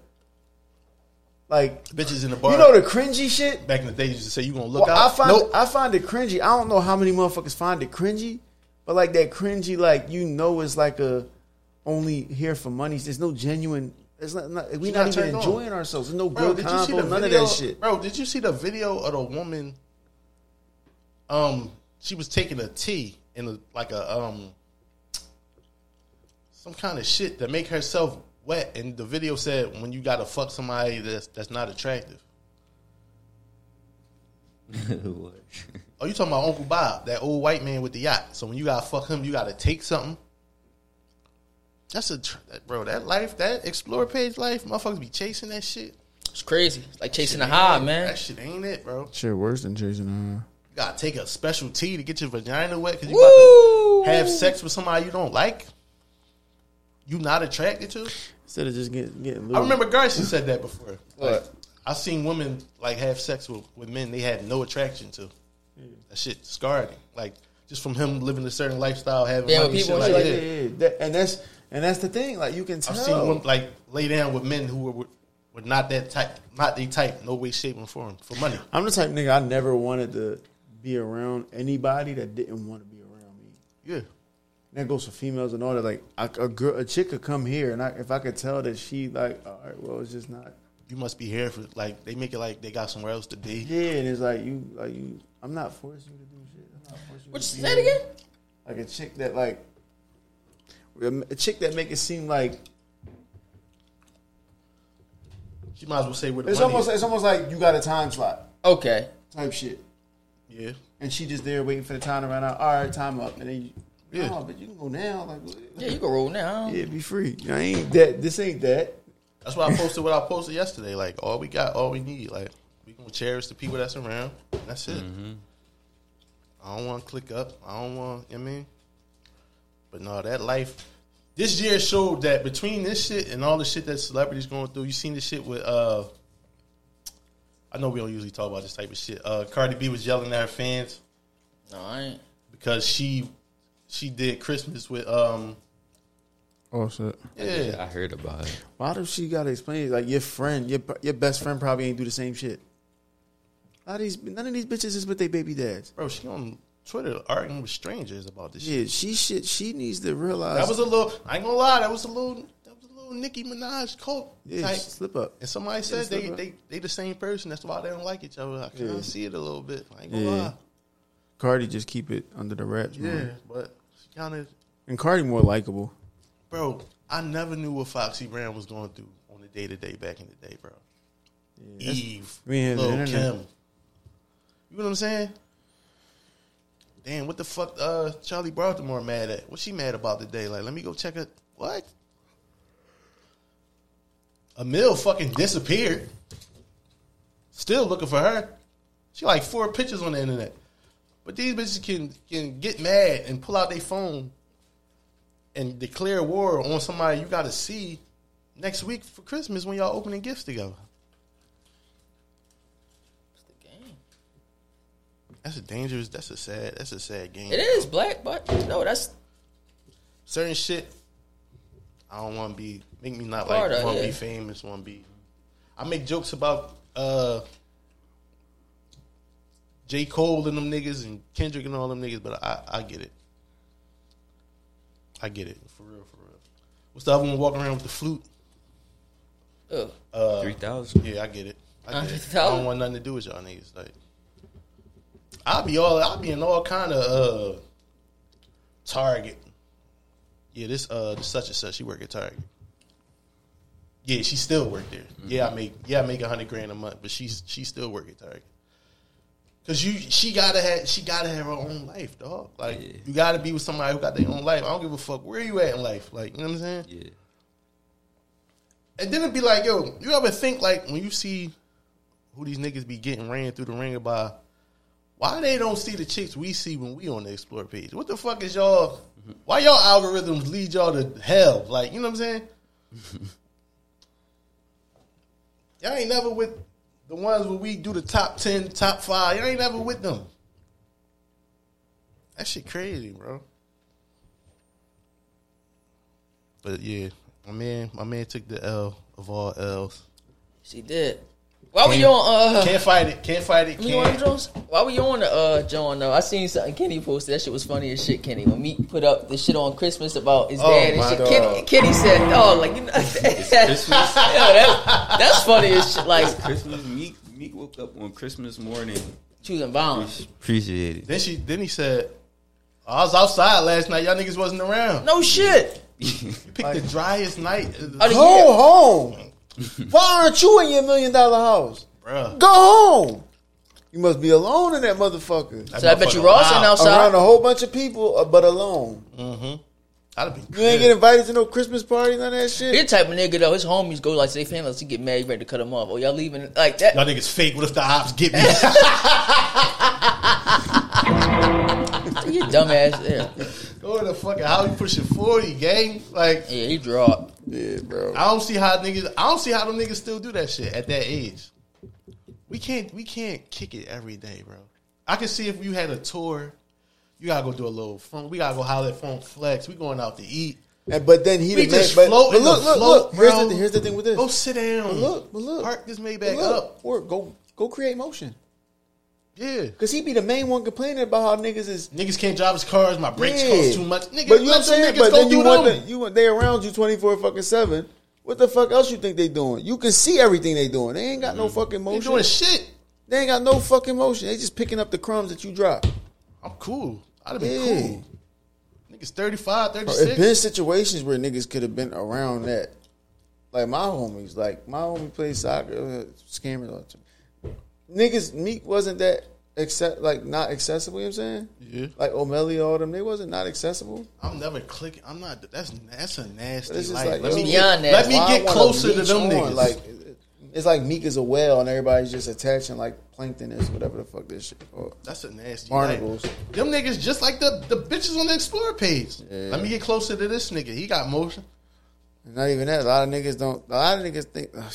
D: like
C: bitches in the bar.
D: you know the cringy shit.
C: back in the day, you used to say you gonna look
D: Well, I
C: out.
D: find
C: nope.
D: I find it cringy. I don't know how many motherfuckers find it cringy, But like that cringy, like you know, it's like a only here for money. There's no genuine. It's not. not we
C: She
D: not,
C: not
D: even
C: turned on.
D: enjoying ourselves. There's no
C: Bro,
D: good
C: did you see the
D: combo. None
C: video?
D: of that shit.
C: Bro, did you see the video of the woman? Um, she was taking a tea in a, like a um some kind of shit to make herself wet, and the video said when you gotta fuck somebody that's that's not attractive.
B: What?
C: Oh, you talking about Uncle Bob, that old white man with the yacht? So when you gotta fuck him, you gotta take something. That's a tr- that, bro. That life, that explore page life, motherfuckers be chasing that shit.
A: It's crazy. It's like chasing a high, man.
C: That shit ain't it, bro.
D: Shit, worse than uh, chasing
C: You gotta take a special tea to get your vagina wet because you
A: Woo!
C: about to have sex with somebody you don't like. You not attracted to.
D: Instead of just getting getting.
C: I remember Garcia said that before. Like,
A: What?
C: I've seen women like have sex with, with men they have no attraction to. That shit scarred. me. Like just from him living a certain lifestyle, having yeah,
A: Yeah, with
C: money, shit
A: people
C: like
A: and
D: Yeah,
C: that.
D: yeah, yeah. That- and that's and that's the thing. Like you can tell.
C: I've seen women like lay down with men who were were not that type, not they type, no way, shape, and form for money.
D: I'm the type of nigga I never wanted to be around anybody that didn't want to be around me.
C: Yeah,
D: And that goes for females and all that. Like I, a girl, a chick could come here, and I, if I could tell that she like, all right, well, it's just not.
C: you must be here for like they make it like they got somewhere else to be.
D: Yeah, and it's like you, like you. I'm not forcing you to do shit. I'm not forcing you
A: What you
D: to be
A: say that again?
D: like a chick that like um, a chick that make it seem like
C: She might as well say where the
D: it's
C: money.
D: almost
C: is.
D: it's almost like you got a time slot
A: Okay.
D: type shit.
C: yeah,
D: And she just there waiting for the time to run out. All right, time up. And then you,
C: Yeah.
D: "No, but you can go now. Like,
A: Yeah, you can roll now.
D: yeah, be free. I ain't that. This ain't that.
C: that's why I posted what I posted yesterday. Like all we got, all we need. Like we gonna cherish the people that's around. That's it. I don't want to click up. I don't want. You know what I mean, but no, that life. This year showed that between this shit and all the shit that celebrities going through, you seen this shit with. uh I know we don't usually talk about this type of shit. Uh Cardi B was yelling at her fans
A: No, I ain't.
C: because she she did Christmas with um
D: Oh shit.
C: yeah
B: I heard about it.
D: Why does she gotta explain it? Like your friend, your your best friend probably ain't do the same shit. A lot of these, none of these bitches is with their baby dads.
C: Bro, she on Twitter arguing with strangers about this shit.
D: Yeah, she shit. She needs to realize
C: That was a little. I ain't gonna lie. That was a little. That was a little Nicki Minaj cult
D: yeah,
C: type.
D: slip up.
C: And somebody said
D: slip
C: they,
D: up.
C: they they the same person. That's why they don't like each other. I kind of
D: Yeah.
C: see it a little bit. I ain't gonna
D: Yeah.
C: lie.
D: Cardi just keep it under the wraps. Yeah,
C: Yeah, but she kind of.
D: and Cardi more likable.
C: Bro, I never knew what Foxy Brown was going through on the day to day back in the day, bro. Eve,
D: we ain't have the
C: Lil
D: internet.
C: Kim. You know what I'm saying? Damn, what the fuck? Uh, Charlie Baltimore mad at? What she mad about today? Like, let me go check her. What? Emil fucking disappeared. Still looking for her. She like four pictures on the internet. But these bitches can can get mad and pull out their phone and declare war on somebody you got to see next week for Christmas when y'all opening gifts together.
A: It's the game.
C: That's a dangerous. That's a sad. That's a sad game.
A: It is black, but no, that's
C: Certain shit. I don't want to be. Make me not
A: Part
C: like
A: of
C: want to
A: it.
C: be famous. Want to be. I make jokes about uh J Cole and them niggas and Kendrick and all them niggas, but I I get it. I get it for real, for real. What's the other one walking around with the flute?
A: ugh.
B: Three thousand.
C: Yeah, I get it. I, get it. I
A: $100?
C: don't want nothing to do with y'all niggas. Like, I'll be all. I'll be in all kind of uh, Target. Yeah, this uh, this such and such. She work at Target. Yeah, she still work there.
B: Mm-hmm.
C: Yeah, I make yeah I make a hundred grand a month, but she's she still work at Target. Cause you, she gotta have, she gotta have her own life, dog. Like
B: Yeah.
C: you gotta be with somebody who got their own life. I don't give a fuck where you at in life. Like you know what I'm saying?
B: Yeah.
C: And then it'd be like, yo, you ever think like when you see who these niggas be getting ran through the ringer by, why they don't see the chicks we see when we on the explore page? What the fuck is y'all? Why y'all algorithms lead y'all to hell? Like, you know what I'm saying? y'all ain't never with the ones where we do the top ten, top five. Y'all ain't never with them. That shit crazy, bro. But yeah, my man, my man took the L of all L's.
A: She did. Why were you on? Uh,
C: Can't fight it. Can't fight it.
A: you on
C: Can't.
A: Jones? Why were you on the uh, John though? I seen something Kenny posted. That shit was funny as shit. Kenny when Meek put up the shit on Christmas about his
C: Oh,
A: dad and
C: my
A: shit.
C: God.
A: Kenny, Kenny said, "Oh, like you know, [laughs] Christmas. that's, that's funny as shit. Like
B: Christmas Meek Meek woke up on Christmas morning.
A: choosing violence.
B: Appreciate it.
C: Then she. Then he said, "I was outside last night. Y'all niggas wasn't around.
A: No shit.
C: You picked the driest night,
A: Oh,
C: uh,
A: the
G: Go
A: year.
G: home. Why aren't you in your million dollar house?
C: bruh.
G: Go home. You must be alone in that motherfucker.
A: [laughs] So I bet you Ross ain't outside.
G: Around a whole bunch of people, uh, but alone.
C: I'd have been.
G: You ain't get invited to no Christmas party, none of that
A: He
G: shit.
A: the type of nigga though. His homies go like to their families. He get mad, you ready to cut him off. Oh, y'all leaving
C: [laughs]
A: like that?
C: Y'all niggas fake. What if the ops get
A: [laughs]
C: me?
A: You dumbass. Yeah,
C: Go to the fucking house. You pushing forty, gang. Like
A: yeah. He dropped.
G: Yeah, bro.
C: I don't see how niggas. I don't see how them niggas still do that shit at that age. We can't. We can't kick it every day, bro. I can see if you had a tour, you gotta go do a little fun. We gotta go holler at Funk Flex. We going out to eat.
G: And, but then he
C: We
G: the man-
C: just
G: but,
C: float
G: but
C: in the
G: look, look,
C: float,
G: look. Here's
C: bro.
G: the, here's the thing with this.
C: Go sit down.
G: look, but look.
C: park this
G: But
C: Maybach
G: look,
C: up.
G: Or go go create motion.
C: Yeah,
G: Cause he be the main one complaining about how niggas is
C: niggas can't drive his cars. My brakes
G: Yeah.
C: cost too much. Niggas,
G: But
C: let
G: you know what I'm
C: the
G: saying?
C: niggas
G: But
C: go
G: then you
C: do
G: want
C: them.
G: the, you want they around you 24 fucking seven. What the fuck else you think they doing? You can see everything they doing. They ain't got no fucking
C: You
G: motion.
C: Mm-hmm. doing shit?
G: They ain't got no fucking motion. They just picking up the crumbs that you drop.
C: I'm cool. I'd have been
G: Yeah.
C: cool. Niggas 35,
G: It's
C: 36.
G: been situations where niggas could have been around that. Like my homies, like my homie played soccer, uh, scammers. all the time. Niggas, Meek wasn't that except like not accessible. You know what I'm saying?
C: Yeah.
G: Like O'Malley, all them, they wasn't not accessible.
C: I'm never clicking. I'm not. That's that's a nasty
G: This is
C: life.
G: like-
C: let me
A: Beyond
C: get,
A: that.
C: let me
G: Why I
C: get
G: wanna
C: closer to
G: leech
C: them
G: on?
C: niggas.
G: Like it's like Meek is a whale, and everybody's just attaching like plankton is whatever the fuck this shit. Called.
C: that's a nasty
G: Barnacles.
C: life. Them niggas just like the the bitches on the Explorer page. Let me get closer to this nigga. He got motion.
G: Not even that. A lot of niggas don't. A lot of niggas think ugh,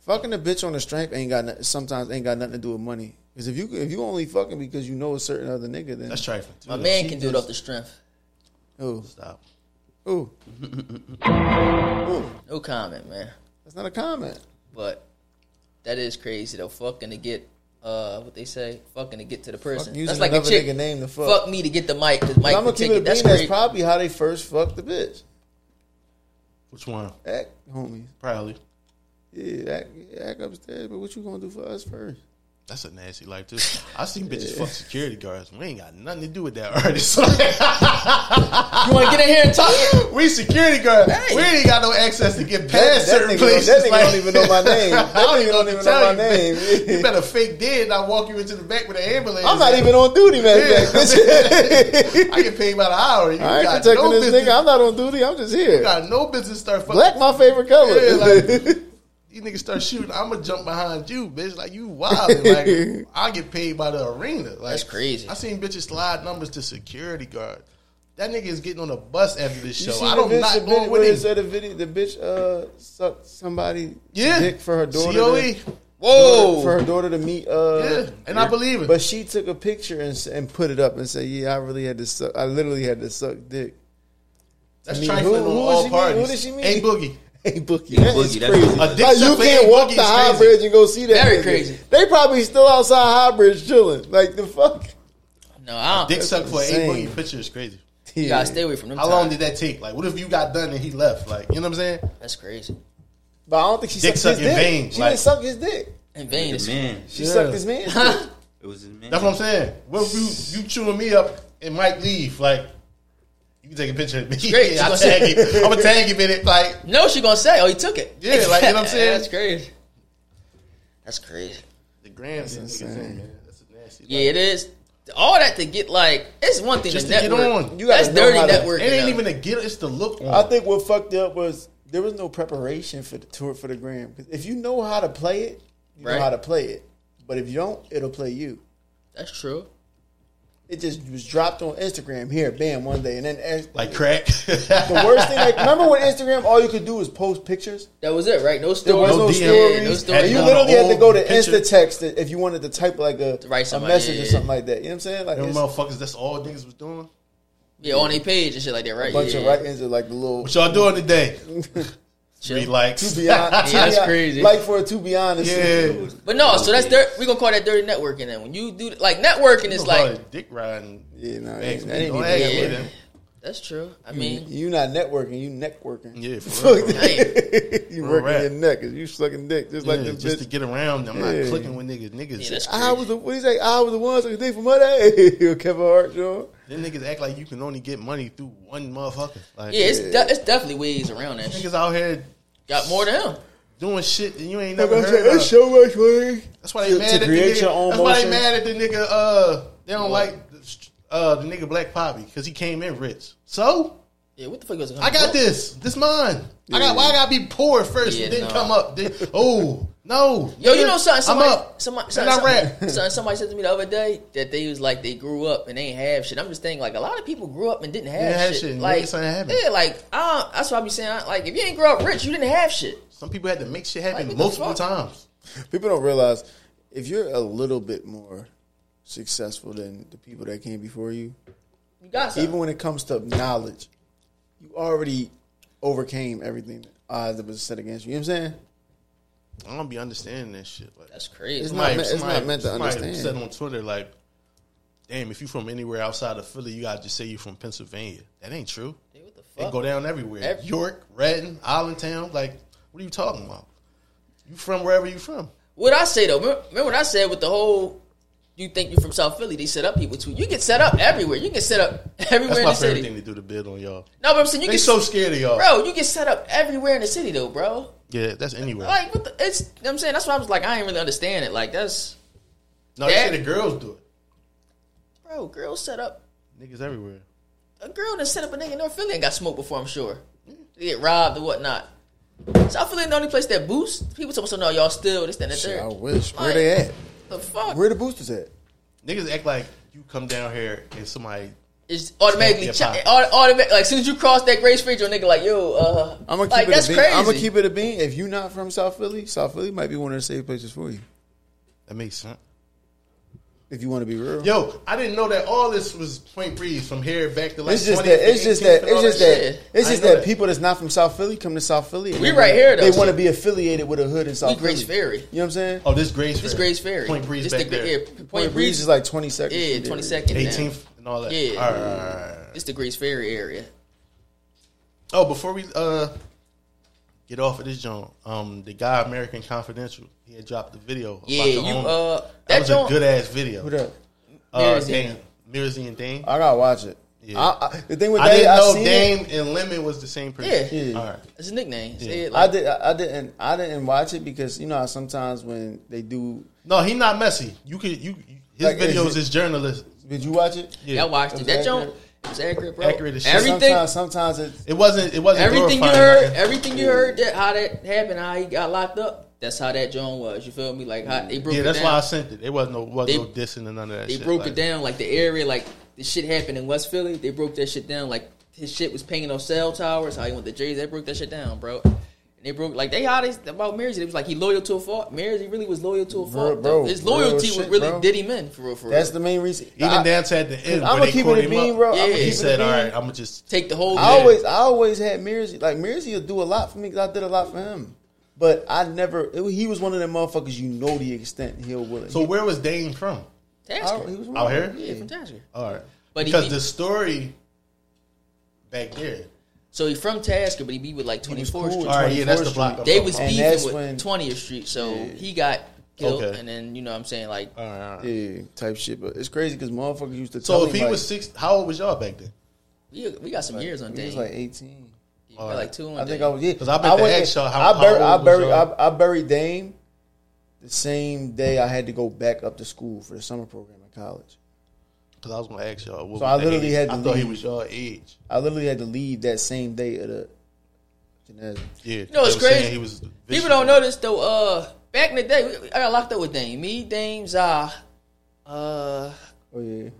G: fucking the bitch on the strength ain't got no- sometimes ain't got nothing to do with money. Because if you if you only fucking because you know a certain other nigga, then
C: That's trifling.
A: My man can do it off the strength.
G: ooh
C: Stop.
G: ooh
A: No comment, man.
G: that's not a comment.
A: But that is crazy though. Fucking to get uh what they say, fucking to get to the person.
G: using
A: That's like a
G: another
A: chick
G: nigga name to fuck.
A: me to get the mic. The mic to
G: I'm gonna keep it a
A: ticket. That's
G: bean. That's
A: crazy.
G: probably how they first fucked the bitch.
C: Which one?
G: Act, homies.
C: Probably.
G: Yeah, act, act upstairs. But what you gonna do for us first?
C: That's a nasty life too. I seen bitches fuck security guards. We ain't got nothing to do with that artist. [laughs]
A: you want to get in here and talk?
C: we security guards.
A: Hey.
C: We ain't got no access to get past
G: That, that
C: certain
G: nigga,
C: places.
G: that nigga
C: Like-
G: don't even
C: [laughs]
G: know my name. That
C: I
G: nigga don't even know my
C: you,
G: name.
C: You better fake dead and I walk you into the back with an ambulance.
G: I'm not even on duty, man.
C: Yeah.
G: [laughs]
C: [laughs]
G: bitch.
C: I get paid by the hour. You
G: I ain't
C: got
G: protecting
C: no
G: this
C: business.
G: nigga. I'm not on duty. I'm just
C: you
G: here.
C: got no business start fucking.
G: Black, my favorite
C: [laughs]
G: color.
C: Yeah,
G: [laughs]
C: like- These niggas start shooting. I'm gonna jump behind you, bitch. Like you wild.
G: [laughs]
C: Like I get paid by the arena. Like
A: That's crazy.
C: I seen bitches slide numbers to security guard. That nigga is getting on a bus after this
G: you
C: show.
G: see
C: I don't
G: the bitch, the
C: not
G: video
C: going
G: where it
C: with him.
G: said the video, the bitch uh, sucked somebody
C: Yeah,
G: dick for her daughter.
C: Coe.
G: To,
A: Whoa!
G: for her daughter to meet. Uh,
C: Yeah, and I believe it.
G: But she took a picture and s- and put it up and said, "Yeah, I really had to suck. I literally had to suck dick." [laughs]
C: That's
G: I mean,
C: trifling
G: who-
C: on
G: who was
C: all
G: she mean?
C: parties.
G: Who did she mean?
C: Hey boogie.
G: Hey, bookie, that
B: Boogie,
G: is
B: that's-
G: crazy.
C: A dick
G: Like, you
C: suck for
G: can't
C: Aunt
G: walk
C: Boogie
G: to
C: is
G: High
C: crazy.
G: Bridge and go see that.
A: Very
G: nigga.
A: crazy.
G: They probably still outside High Bridge chilling. Like the fuck.
A: no, I don't.
C: Dick suck for a
G: insane.
C: boogie picture is crazy.
A: You gotta stay away from them.
C: How long
A: types.
C: did that take? Like, what if you got done and he left? Like, you know what I'm saying?
A: That's crazy.
G: But I don't think she
C: Dick
G: sucked
C: suck
G: his
C: in
G: dick.
C: vain,
G: She
C: like-
G: didn't suck his dick.
A: In vain.
B: The
A: it's-
B: man.
G: She
C: Yeah.
G: sucked his man. dick.
B: It was his man.
C: That's what I'm saying. What if you you chewing me up and might leave? Like, you can take a picture of me. [laughs]
A: Great.
C: yeah, I'll tag you. I'm gonna tag you in it. Like,
A: [laughs] No, she gonna say, "Oh, he took it."
C: Yeah, like, you
A: [laughs]
C: know what I'm saying?
A: That's crazy. That's crazy.
C: the grams and niggas
G: insane.
C: in, man. That's a nasty.
A: Yeah, it is. All that to get like it's one thing
C: Just
A: to
C: to get
A: network.
C: on.
G: You gotta
A: That's
G: know
A: dirty
G: how to-
A: networking.
C: It ain't
A: though.
C: even a get. It's the look on.
G: I think what fucked up was there was no preparation for the tour for the gram. 'Cause If you know how to play it, you
A: Right.
G: know how to play it. But if you don't, it'll play you.
A: That's true.
G: It just was dropped on Instagram here, bam, one day, and then as-
C: like crack. [laughs]
G: the worst thing. Like, remember when Instagram, all you could do was post pictures.
A: That was it, right? No
G: There
A: story.
G: was no,
C: No DM,
G: stories.
A: no stories.
G: And you
C: Had to go
G: literally
C: to
G: had to go to
C: old picture.
G: Insta text if you wanted to type like a,
A: write
G: a
A: somebody,
G: message
A: yeah,
G: or
A: yeah.
G: something like that. You know what I'm saying? Like
C: Them
G: it's
C: motherfuckers. That's all niggas was doing.
A: Yeah, on their page and shit like that, right?
G: a bunch
C: [laughs]
A: yeah.
G: of write ins are like the little
C: What y'all doing today? Relax.
G: To be honest,
A: Yeah, that's crazy.
G: Like for to be honest,
C: [laughs] Yeah.
A: But no, so that's dirt. We gonna call that dirty networking. Then when you do like networking, is
C: It's like
A: like
C: dick riding.
G: yeah, no, that
C: Hey,
G: ain't, that ain't
C: don't
G: even
C: ask me
A: yeah.
G: networking.
C: then.
A: that's true. I
G: [laughs]
A: mean,
G: You not networking, you networking.
C: Yeah, for
G: [laughs] Fuck
C: real.
G: that. you
C: For a
G: working
C: rap.
G: your neck, 'cause you sucking dick just like
C: Yeah,
G: this
C: just to
G: bitch.
C: get around. I'm not
G: Yeah.
C: clicking with niggas. Niggas,
A: yeah, that's
G: I
A: crazy.
G: was the what he say? I was the one sucking dick for money. [laughs] Kevin Hart, John.
C: them niggas act like you can only get money through one motherfucker. Like,
A: Yeah, it's de- it's definitely ways around that. shit.
C: niggas out here
A: Got more than him.
C: doing shit that you ain't
G: Like
C: never
G: I'm saying,
C: heard
G: it's
C: of.
G: so much money.
C: That's why they
G: To-
C: mad
G: to
C: at the
G: create
C: nigga.
G: your own
C: That's why they
G: motion.
C: mad at the nigga. Uh, they don't like the, uh the nigga Black Poppy because he came in rich. So
A: Yeah, what the fuck was it?
C: I got this. This mine. I got. Why I gotta be poor first
A: Yeah,
C: and then
A: no.
C: come up? Then, oh no.
A: Yo, you know something? Somebody,
C: I'm up.
A: Somebody,
C: Then
A: somebody,
C: I rap.
A: somebody- somebody said to me the other day that they was like they grew up and they ain't have shit. I'm just thinking like a lot of people grew up and didn't have
C: Didn't have
A: shit.
C: shit.
A: Like
C: Something happened.
A: yeah, like uh, that's what I be saying. I- Like if you ain't grow up rich, you didn't have shit.
C: Some people had to make shit
A: Like,
C: happen
A: what the
C: multiple
A: fuck?
C: times.
G: People don't realize if you're a little bit more successful than the people that came before you,
A: You got something.
G: even when it comes to knowledge, you already overcame everything odds that was set against you. You know what I'm saying?
C: I don't be understanding that shit. Like,
A: that's crazy.
G: It's not meant- it's not meant to understand.
C: Said on Twitter like, "Damn, if you from anywhere outside of Philly, you gotta just say you from Pennsylvania. That ain't true.
A: Yeah, what the fuck?
C: They go down everywhere.
A: Every-
C: York, Redden, Allentown. Like, what are you talking about? You from wherever you from?
A: What I say though, remember, remember what I said with the whole you think you're from South Philly, they set up people too. You get set up everywhere. You get set up [laughs] everywhere
C: That's
A: in
C: my
A: the
C: favorite
A: city.
C: thing to do to build on y'all.
A: No, but I'm saying you
C: They
A: get
C: so scared of y'all.
A: bro, you get set up everywhere in the city though, bro.
C: Yeah, that's anywhere.
A: Like what the, it's you know what I'm saying that's why I was like I ain't really understand it. Like that's
C: no, they say
A: that-
C: the girls do it.
A: bro, girls set up
C: Niggas everywhere.
A: a girl that set up a nigga in North Philly and got smoked before, I'm sure. They get robbed or whatnot. South Philly ain't the only place that boosts. People tell me so no, y'all still this, that, and that
G: Shit, I
A: third.
G: wish. Where they at?
A: The fuck?
G: Where the boosters at?
C: Niggas act like you come down here and somebody.
A: It's automatically
C: Yeah,
A: ch-
C: pop.
A: automatic. Like as soon as you cross that grace bridge, your nigga like yo, uh,
G: I'm gonna keep
A: like
G: it.
A: that's
G: a bean.
A: crazy.
G: I'm gonna keep it a bean. If you're not from South Philly, South Philly might be one of the safe places for you.
C: That makes sense.
G: If you want to be real,
C: Yo, I didn't know that all this was Point Breeze from here back to like.
G: it's just
C: 20th,
G: that. It's just
C: 18th,
G: that.
C: and
G: It's
C: all
G: just
A: shit.
G: that. It's
C: I
G: just
C: know
G: that
C: that.
G: people that's not from South Philly come to South Philly. and
A: We
G: they
A: right
G: wanna-
A: here, though,
G: They want to
A: so-
G: be affiliated with a hood in
A: We
G: South.
A: Grace
G: Philly.
A: Ferry.
G: You know what I'm saying?
C: Oh, this Grace.
A: This
C: Ferry.
A: Grace Ferry.
C: Point Breeze
A: This
C: back
A: the,
C: there.
A: yeah, Point,
G: Point Breeze
A: Breeze
G: is like 20 seconds.
A: yeah,
G: from there.
A: twenty second. Eighteenth.
C: Eighteenth and all that.
A: Yeah.
C: All right, all right, all right.
A: It's the Grace Ferry area.
C: Oh, before we uh get off of this joint, um, the guy American Confidential, he had dropped the video. About
A: Yeah,
C: the
A: you
C: owner.
A: uh, that,
C: that was
A: joint,
C: a good ass video.
G: What up?
C: Uh,
A: Mirzine.
C: Dame, Mirzine and Dame. I,
G: I gotta watch it.
C: Yeah.
G: I, I, the thing with
C: didn't
G: Dame, I
C: know
G: seen it.
C: Dame and Lemon was the same person.
A: Yeah.
G: Yeah.
C: All right.
A: It's a nickname. Say
C: Yeah.
A: it
G: I
A: like-
G: did. I, I didn't. I didn't watch it because you know how sometimes when they do,
C: No, he not messy. You could you you- his
G: Like, is
C: videos
G: it-
C: is journalist.
G: did you watch it?
C: Yeah.
A: I watched it.
G: It was
A: That
G: accurate.
A: joint was accurate, bro.
C: Accurate as shit.
A: Everything,
G: Sometimes, sometimes it's
C: It wasn't it wasn't
A: everything you
C: glorifying,
A: heard,
C: like,
A: everything you heard that how that happened, how he got locked up. That's how that joint was. You feel me? Like how they broke
C: yeah,
A: it
C: that's
A: down.
C: why I sent it. It wasn't no wasn't
A: They-
C: no dissing and none of that
A: they
C: shit.
A: broke
C: like-
A: it down like the area like the shit happened in West Philly. They broke that shit down like his shit was paying on cell towers. How he went to Jays, they broke that shit down, bro. And they broke like they how they about marriage. It was like he loyal to a fault. Marriage, he really was loyal to a fault.
G: bro,
A: though. His
G: real
A: loyalty was
G: shit,
A: really
G: bro.
A: did him in for real. For real,
G: that's the main reason.
C: Even
G: I,
C: down to at the end.
G: I'ma
C: where they
G: keep it
C: called
G: a
C: him
G: bean,
C: up,
G: bro.
A: I'ma keep
C: He
A: it a
C: said,
G: bean.
C: "All right, I'm gonna just
A: take the whole.
G: I
A: man.
G: always, I always had Mirzy. Like Mirzy will do a lot for me because I did a lot for him. But I never. It, was- he was one of them motherfuckers. You know the extent he'll willing.
C: So where was Dame from?
A: Tasker.
G: I, he was one
C: Out
G: of
C: here?
G: them.
A: yeah, from
G: Yeah.
A: Tasker.
C: All right.
A: But he-
C: because the story back there.
A: So he from Tasker, but he be with like twenty
G: was
A: four
G: cool
A: Street.
C: All right, yeah, that's the
G: 24th
C: block. I'm
A: They
C: talking
A: was
C: about.
G: And that's
A: beefing
G: when-
A: with twentieth Street, so he got killed,
C: Okay.
A: and then you know what I'm saying like
C: All right, all right.
G: Yeah, type shit. But it's crazy because motherfuckers used to. tell
C: So if
G: him,
C: he
G: like,
C: was six, how old was y'all back then?
A: we, we got some years on
G: he was
A: Dame.
G: like eighteen.
A: You got like two on
G: I think
A: Dame.
G: I was yeah.
C: 'Cause I bet the
G: went-
C: ex y'all how-
G: I
C: how
G: buried,
C: old
G: I
C: was
G: buried,
C: y'all?
G: I, I buried Dame the same day I had to go back up to school for the summer program in college.
C: Because I was gonna ask y'all. What was
G: So I
C: the
G: literally
C: age?
G: had to
C: I thought he
G: leave.
C: was y'all age.
G: I literally had to leave that same day of the Geneva.
C: Yeah. You
A: know, it's crazy.
C: He was
A: People don't know this though. Uh, back in the day, we- I got locked up with Dame, me, Dame, Za, uh,
G: Oh yeah,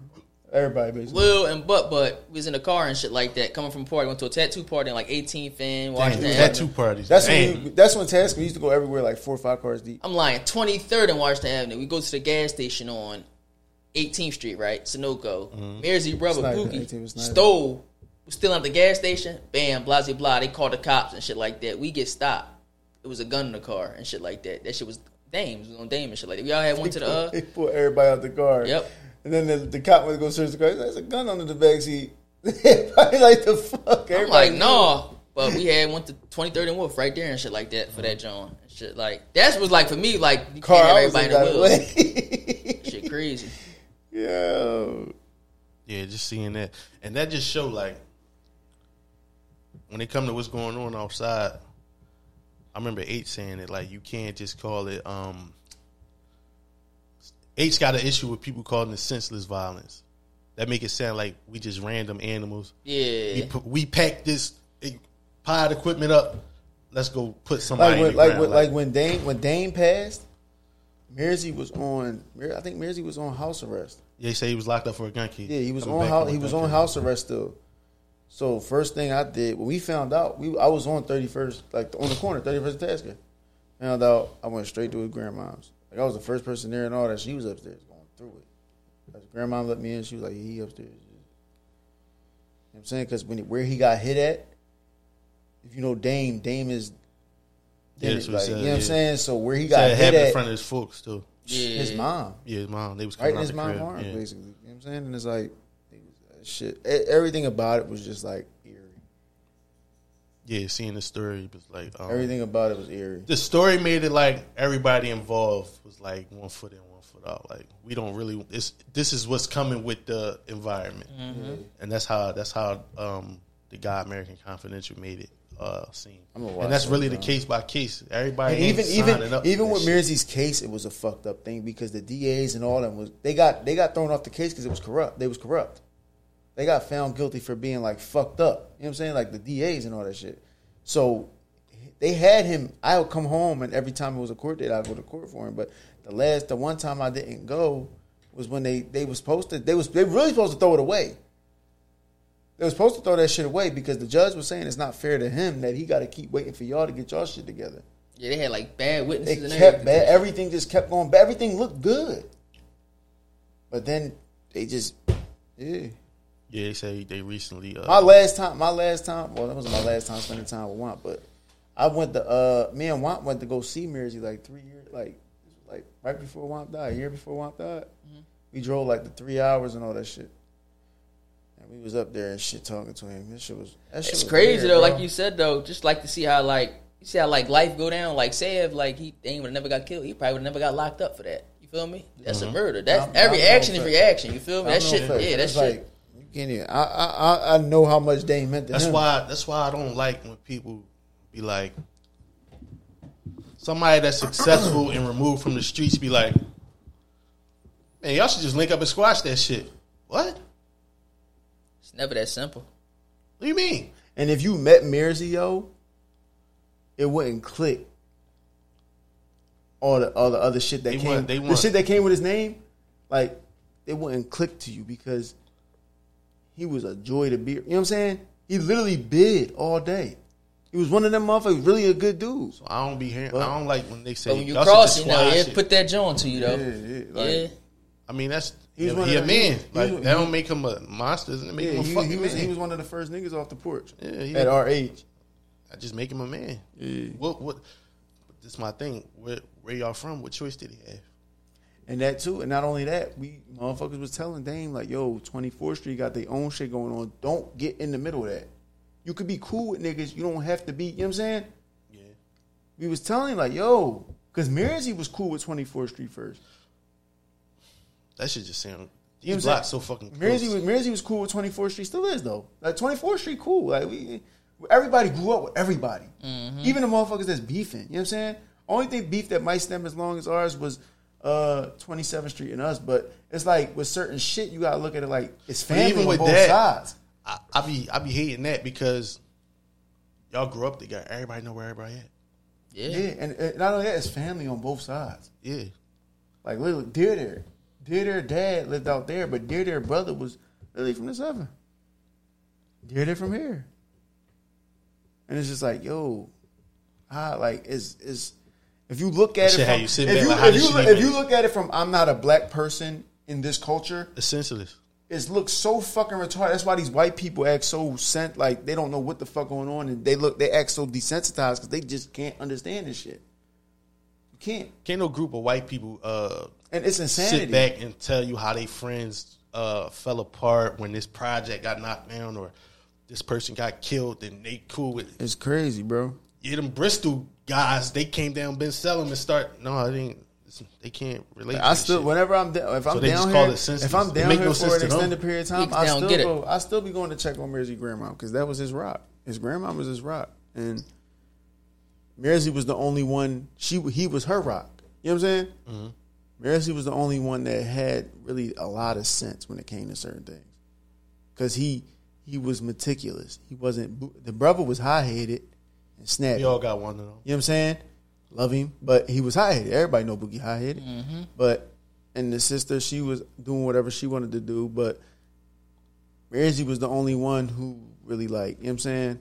G: everybody basically.
A: Will, and Butt Butt. We was in the car and shit like that, coming from a party. Went to a tattoo party in like 18 fan
C: Damn,
A: Washington. Avenue.
C: tattoo parties.
G: That's when
C: Damn.
G: you, that's when Tasker used to go everywhere like four or five cars deep.
A: I'm lying. 23rd and Washington Avenue. We go to the gas station on 18th Street, right? Sunoco. Marzy brother
C: Mm-hmm.
G: Sniper,
A: Pookie
G: 18th was Sniper.
A: stole. was still at the gas station. Bam, blah, blah, blah. They called the cops and shit like that. We get stopped. It was a gun in the car and shit like that. That shit was Dame. It was on Dame and shit like that. We all had one to the
G: [laughs]
A: uh.
D: They pulled everybody out the car.
A: Yep.
D: And then the, the cop was going to search the car. He's like, There's a gun under the
G: [laughs]
D: backseat. Everybody like the fuck.
A: I'm
D: Everybody
A: like, no. But we had one to 20, 30 and Wolf right there and shit like that for that John. Shit like that was like for me like you
D: Car,
A: can't have
D: Mm-hmm. I was
A: everybody
D: like,
A: in the
D: by the
A: wheel.
D: [laughs] way.
A: Shit crazy.
G: [laughs]
D: Yo.
C: Yeah, just seeing that, and that just show like when it come to what's going on outside. I remember H saying it like you can't just call it. um H got an issue with people calling it senseless violence. That make it sound like we just random animals. We
A: Yeah.
C: put, we pack this eh, pod equipment up. Let's go put somebody
D: Like when,
C: in the
D: like,
C: ground,
D: when, like when Dane when Dane passed, Mersey was on. Mir- I think Mersey was on house arrest.
C: they say he was locked up for a gun case.
D: Yeah, he was
C: Coming
D: on
C: back
D: house.
C: from a
D: He was
C: gun
D: on
C: case.
D: house arrest still. So first thing I did when we found out, we I was on thirty first, like on the corner, thirty first Tasker. Found out I went straight to his grandma's. Like I was the first person there and all that. She was upstairs going through it. Like, grandma let me in. She was like, "He upstairs." You know what I'm saying because when where he got hit at, if you know Dame, Dame is.
C: Yeah,
D: Dame
C: that's
D: is
C: what he
D: like,
C: said,
D: you know what I'm
C: yeah.
D: saying? So where he
C: He said
D: got
C: it
D: hit
C: happened in
D: at,
C: front of his folks too.
D: his
A: Yeah.
D: mom
C: Yeah, his mom. They was
D: right
C: coming
D: in
C: out
D: his
C: the
D: mom's
C: crib.
D: arms,
C: Yeah.
D: basically. You know what I'm saying? And it's like, it was- shit. e- Everything about it was just like eerie.
C: Yeah, seeing the story was like um,
D: Everything about it was eerie.
C: The story made it like everybody involved was like one foot in, one foot out. Like we don't really. It's this is what's coming with the environment, and that's how that's how um, the guy American Confidential made it uh, seem.
D: I'ma watch
C: And that's
D: that,
C: really the
D: bro.
C: case by case. Everybody
D: And
C: ain't
D: even
C: signing
D: even
C: up
D: even
C: for
D: with
C: that shit.
D: Mirzy's case, it was a fucked up thing because the DAs and all them was they got they got thrown off the case because it was corrupt. They was corrupt. They got found guilty for being like fucked up. You know what I'm saying? Like the DAs and all that shit. So they had him. I would come home and every time it was a court date, I'd go to court for him. But the last the one time I didn't go was when they they was supposed to they was they really supposed to throw it away. They were supposed to throw that shit away because the judge was saying it's not fair to him that he got to keep waiting for y'all to get y'all shit together.
A: Yeah, they had like bad
D: They
A: witnesses and
D: kept
A: everything.
D: bad. Everything just kept going. Bad. Everything looked good, but then they just yeah.
C: yeah, they say they recently. Uh,
D: My last time, my last time. Well, that wasn't my last time spending time with Want, but I went to uh, me and Want went to go see Mirzy like three years, like like right before Want died, a year before Want died. We drove like the three hours and all that shit. And we was up there and shit talking to him. That shit was that shit
A: It's
D: was
A: crazy
D: weird,
A: though,
D: bro.
A: like you said though, just like to see how like you see how like life go down. Like say if like he they would have never got killed, he probably would have never got locked up for that. You feel me? That's a murder. That's
D: Mm-hmm. I'm-
A: every
D: I'm
A: action is
D: over it.
A: reaction. You feel me?
D: I
A: That
D: don't
A: shit.
D: know,
A: Yeah, that
D: it's
A: shit.
D: Like, you can't even. I I I- I know how much Dame meant to
C: That's
D: him.
C: why. That's why I don't like when people be like, somebody that's successful and removed from the streets be like, man, y'all should just link up and squash that shit. What?
A: it's never that simple.
C: What do you mean?
D: And if you met Mirzi, yo, it wouldn't click. All the all the other shit that
C: They
D: came,
C: want- they
D: the
C: want-
D: shit that came with his name, like it wouldn't click to you because he was a joy to be. You know what I'm saying? He literally bid all day. He was one of them motherfuckers, really a good dude.
C: I don't be hearing. I don't like when they say
A: But when you
C: y'all
A: cross
C: should just
A: it now,
C: squash
A: yeah,
C: it.
A: put that joint to you though.
D: Yeah, yeah, like-
A: yeah.
C: I mean, that's
D: He was
C: he,
D: one
C: he
D: of
C: a
D: the- he
C: man.
D: was- he
C: like
D: was-
C: that don't make him a monster. Doesn't make
D: Yeah,
C: him a
D: he,
C: fucking
D: he was
C: man.
D: he was one of the first niggas off the porch
C: Yeah, he-
D: at our age.
C: I just make him a man. What? What? This my thing. Where, where y'all from? What choice did he have?
D: And that too, and not only that, we motherfuckers was telling Dame like, "Yo, 24th Street got their own shit going on. Don't get in the middle of that. You could be cool with niggas. You don't have to be. You know what I'm saying?
C: Yeah.
D: We was telling him, like, yo, because Mirzy was cool with 24th Street first.
C: That should just sound.
D: know what I'm
C: These blocks so
D: saying?
C: fucking. Close.
D: Mirzy was Mirzy was cool with 24th Street. Still is though. Like 24th Street, cool. Like we, everybody grew up with everybody.
C: Mm-hmm.
D: Even the motherfuckers that's beefing. You know what I'm saying? Only thing beef that might stem as long as ours was. Uh, 27th Street and us, but it's like with certain shit, you gotta look at it like it's
C: But
D: family
C: even with
D: on both
C: that,
D: sides.
C: I, I be I be hating that because y'all grew up together. Everybody know where everybody at.
A: yeah,
D: Yeah, and, and not only that, it's family on both sides.
C: Yeah,
D: Like literally, dear there, dear their dad lived out there, but dear their brother was literally from the southern. Dear there from here, and it's just like yo, I like is is if you look at it
C: That shit how
D: from,
C: you sit
D: if,
C: back,
D: you,
C: like, how
D: if,
C: this
D: you,
C: shit
D: look-
C: even-
D: if you look at it from I'm not a black person in this culture,
C: it's senseless.
D: It looks so fucking retarded. That's why these white people act so sent like they don't know what the fuck going on, and they look they act so desensitized because they just can't understand this shit. You can't,
C: Can't no group of white people uh,
D: and it's insanity.
C: sit back and tell you how they friends uh, fell apart when this project got knocked down or this person got killed and they cool with it.
D: It's crazy, bro.
C: Yeah, them Bristol guys, they came down Ben Selim and start. No, it ain't. it's- They can't relate. to
D: I
C: this
D: still,
C: shit.
D: whenever I'm down, if I'm
C: they just
D: down
C: call
D: here,
C: it senses.
D: if I'm
C: It
D: down
C: make
D: here
C: no
D: for
C: sense
D: an
C: to them.
D: extended period of time,
A: Niggas
D: I
A: down,
D: still,
A: get it.
D: go, I still be going to check on Mirzy grandma because that was his rock. His grandma was his rock, and Mirzy was the only one. She, he was her rock. You know what I'm saying?
A: Mm-hmm.
D: Mirzy was the only one that had really a lot of sense when it came to certain things, because he he was meticulous. He wasn't. The brother was high headed and snappy.
C: we all got one of them.
D: You know what I'm saying? Love him, but he was high headed. Everybody know Boogie high headed. But and the sister, she was doing whatever she wanted to do, but Reggie was the only one who really like, you know what I'm saying,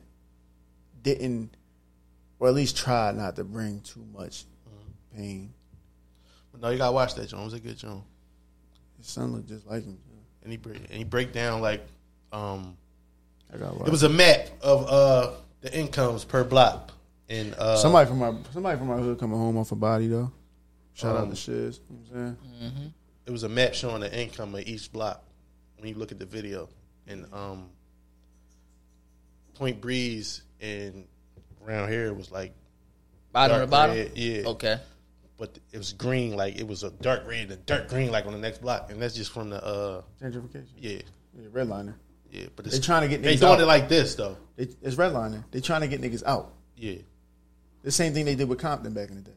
D: didn't or at least tried not to bring too much pain.
C: But no, you gotta watch that Jones. A good Jones.
D: His son looked just like him.
C: And he break and he break down like um,
D: I got
C: it was a map of uh the incomes per block and uh
D: somebody from my somebody from my hood coming home off a body though. Shout out
C: Um,
D: to Shiz. You know what I'm saying?
C: it was a map showing the income of each block when you look at the video and um Point Breeze and around here was like
A: Bottom of
C: dark
A: the bottom.
C: red, yeah
A: Okay.
C: but it was green like it was a dark red and dark green like on the next block and that's just from the uh
D: Gentrification.
C: yeah
D: Yeah, redlining.
C: yeah but
D: They trying to get
C: they
D: niggas
C: doing
D: out.
C: it like this though
D: They, it's redlining. They trying to get niggas out.
C: yeah
D: The same thing they did with Compton back in the day.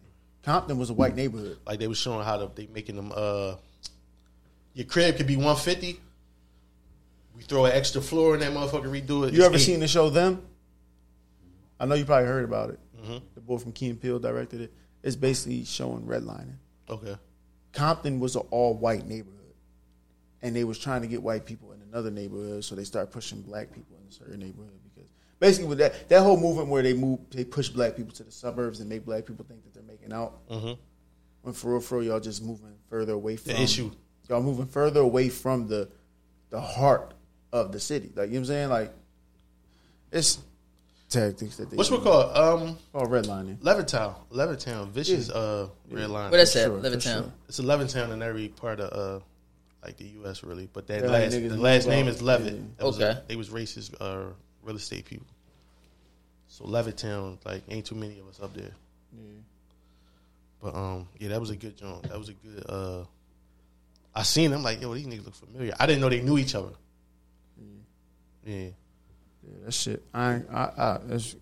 D: Compton was a white neighborhood.
C: like they was showing how to, they making them uh your crib could be 150 we throw an extra floor in that motherfucker redo it
D: You
C: It's
D: ever
C: eight.
D: seen the show Them? I know you probably heard about it.
C: Mm-hmm.
D: The boy from Key and Peele directed it. It's basically showing redlining.
C: okay
D: Compton was an all white neighborhood, and they was trying to get white people in another neighborhood, so they started pushing black people in a certain neighborhood because basically with that that whole movement where they move they push black people to the suburbs and make black people think that they're making out.
C: Mm-hmm.
D: When for real, for real, y'all just moving further away from
C: issue.
D: Y'all moving further away from the the heart of the city. Like you know what I'm saying? Like it's tactics that they
C: what's
D: use.
C: it called um
D: called redlining.
C: levittown levittown vicious uh red line
A: Where that's at?
D: sure, for
A: Levittown.
D: sure.
C: it's a levittown in every part of uh like the us really but that
D: Yeah, like
C: last
D: niggas
C: the
D: move
C: last name
D: out.
C: is levitt
D: Yeah.
C: That was
A: Okay.
C: a- they was racist uh real estate people so levittown like ain't too many of us up there But um, yeah, that was a good joint. That was a good. uh I seen them like, yo, these niggas look familiar. I didn't know they knew each other. Yeah,
D: Yeah, that shit. I ain't- I I, that's,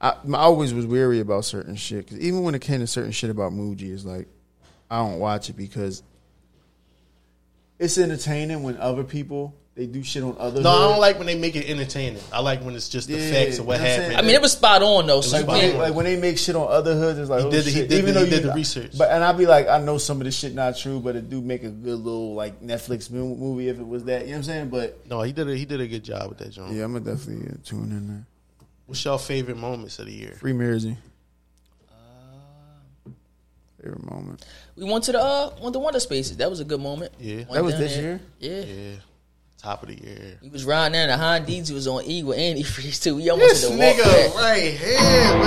D: I I always was weary about certain shit because even when it came to certain shit about Muji, it's like I don't watch it because it's entertaining when other people they do shit on other.
C: no, I
D: hoods.
C: don't like when they make it entertaining. I like when it's just the
D: Yeah,
C: facts of what
D: you know what I'm
C: happened.
A: I mean, it was spot on though. So
C: was
A: you
C: spot
D: Like,
A: can't-
C: on.
D: like, when they make shit on other hoods, it's like oh
C: did the- he
D: shit.
C: did
D: Even
C: the-
D: though
C: he
D: you
C: did the research.
D: but and I'd be like, I know some of this shit not true, but it do make a good little like Netflix mo- movie if it was that. You know what I'm saying? But
C: no, he did a he did a good job with that joint.
D: I'm gonna definitely tune in there.
C: What's your favorite moments of the year?
D: Free Mirzi. Uh, Favorite moment.
A: we went to the uh, one of the Wonder Spaces. That was a good moment.
C: Yeah.
A: Went
D: That was
A: down
D: this
A: there.
D: year?
A: Yeah.
C: Yeah, top of the year.
A: We was riding there, and the Honda Deezy was on E with Andy Freeze too. We
C: This
A: almost had to walk
C: nigga
A: back.
C: right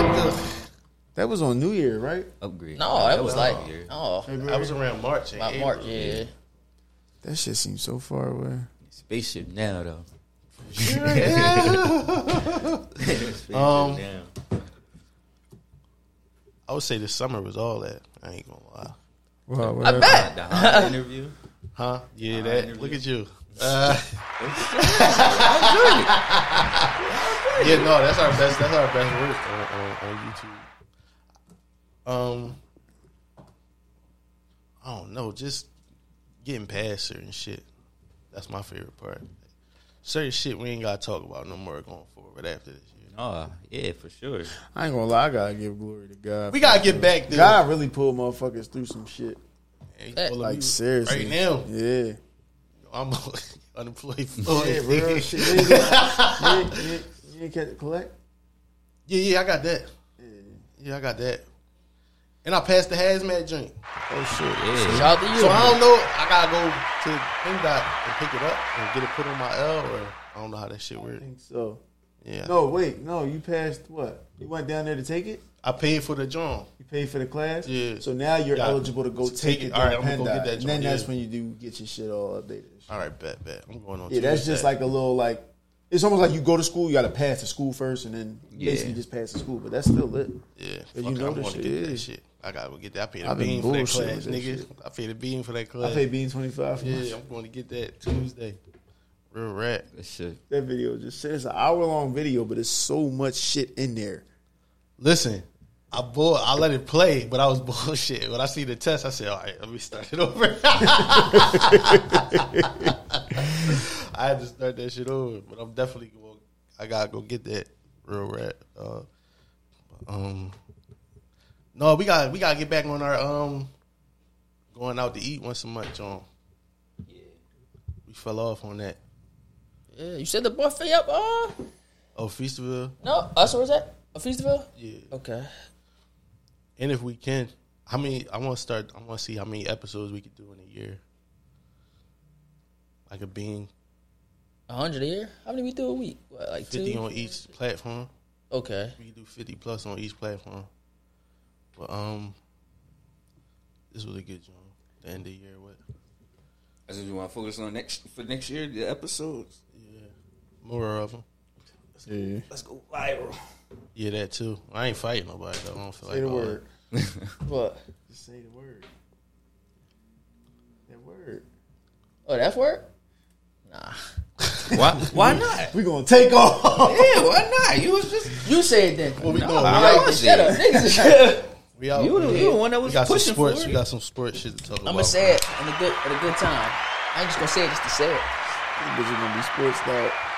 C: here with
D: That was on New Year, right?
B: Upgrade.
A: No, that was like,
B: year.
A: oh,
C: the. I was around March.
A: about March, yeah.
D: That shit seems so far away.
B: Spaceship now though. [laughs] Spaceship
C: Um,
B: Now.
C: I would say the summer was all that. I ain't gonna lie.
D: Wow,
A: I bet.
B: The [laughs] Honda interview.
C: Huh? Yeah, that. Look at [laughs] you. Uh, yeah, no, that's our best. That's our best work on, on, on YouTube. Um, I don't know, just getting past certain shit. That's my favorite part. Certain shit we ain't gotta talk about no more going forward after this year.
B: Oh yeah, for sure.
D: I ain't gonna lie, I gotta give glory to God.
C: We gotta get back there.
D: God really pulled motherfuckers through some shit.
C: Hey,
A: Like,
C: well,
D: Like
C: we-
D: seriously,
C: Right now,
D: Yeah,
C: I'm [laughs] unemployed.
D: yeah, real shit. You
C: [laughs]
D: ain't, get- you ain't- you ain't catch collect.
C: Yeah, yeah, I got that. Yeah, I got that. and I passed the hazmat joint.
D: Oh shit.
B: Yeah.
A: Shout out to you.
C: So I don't know. I gotta go to PennDOT and pick it up and get it put on my L, or I don't know how that shit
D: I
C: works.
D: think so.
C: Yeah,
D: No, wait, no. You passed what? You went down there to take it.
C: I paid for the joint.
D: You paid for the class.
C: Yeah.
D: So now you're
C: Yeah.
D: eligible to go
C: Take
D: take
C: it.
D: it.
C: All right, I'm gonna go
D: PennDOT.
C: get that
D: And then
C: joint,
D: that's
C: yeah.
D: when you do get your shit all updated.
C: All right, bet, bet. I'm going on.
D: Yeah, that's
C: Tuesday.
D: just like a little like. It's almost like you go to school, you got to pass the school first, and then basically
B: Yeah.
D: just pass the school. But that's still lit.
C: Yeah, fuck
D: you
C: it,
D: know
C: I'm
D: this
C: going to
D: shit,
C: get
D: yeah.
C: that shit. I gotta go get that. I paid a
D: I've been
C: bean for that
D: bullshitting
C: class,
D: with that
C: nigga.
D: shit.
C: I paid a bean for that class.
D: I paid Bean twenty five for my
C: yeah,
D: shit.
C: I'm going to get that Tuesday. Real rat.
B: That shit.
D: That video is just shit. It's an hour long video, but it's so much shit in there.
C: Listen, I bull. I let it play, but I was [laughs] bullshit. When I see the test, I said, "All right, let me start it over." [laughs] I had to start that shit over, but I'm definitely going. I gotta go get that real rat. Uh, um, no, we got to we gotta get back on our um going out to eat once a month, John. We fell off on that.
A: Yeah, you said the buffet up. Uh,
C: Oh, Feasterville,
A: no, us or was that a Feasterville?
C: yeah.
A: Okay.
C: And if we can, how many? I want to start. I want to see how many episodes we could do in a year. Like a being
A: A hundred a year. How many we do a week? What, like
C: fifty
A: two.
C: on E- each platform.
A: okay.
C: We could do fifty plus on each platform. But um, this was a good job. The end of the year, what?
B: That's what you want to focus on next for next year. The episodes.
C: Yeah, more of them.
D: Yeah.
B: Let's go viral.
C: Yeah, that too. I ain't fighting nobody though. I don't feel
D: Say the
C: like all that.
D: word.
A: What?
D: Just say the word. That word.
A: Oh, that's work. Nah.
B: Why? Why not?
D: We gonna take off.
B: Yeah, why not? You was just
A: You said then.
C: What we doing?
B: I
C: We
A: Like,
C: out.
B: was
A: shut up,
D: [laughs]
A: niggas.
C: [laughs] We out.
B: you, the- you the
C: we
B: one that was
C: got some
B: pushing for
C: sports.
B: it.
C: We got some sports shit to talk about.
A: I'm gonna say it in a good at a good time. I ain't just gonna say it just to say it.
D: But you gonna be sports out.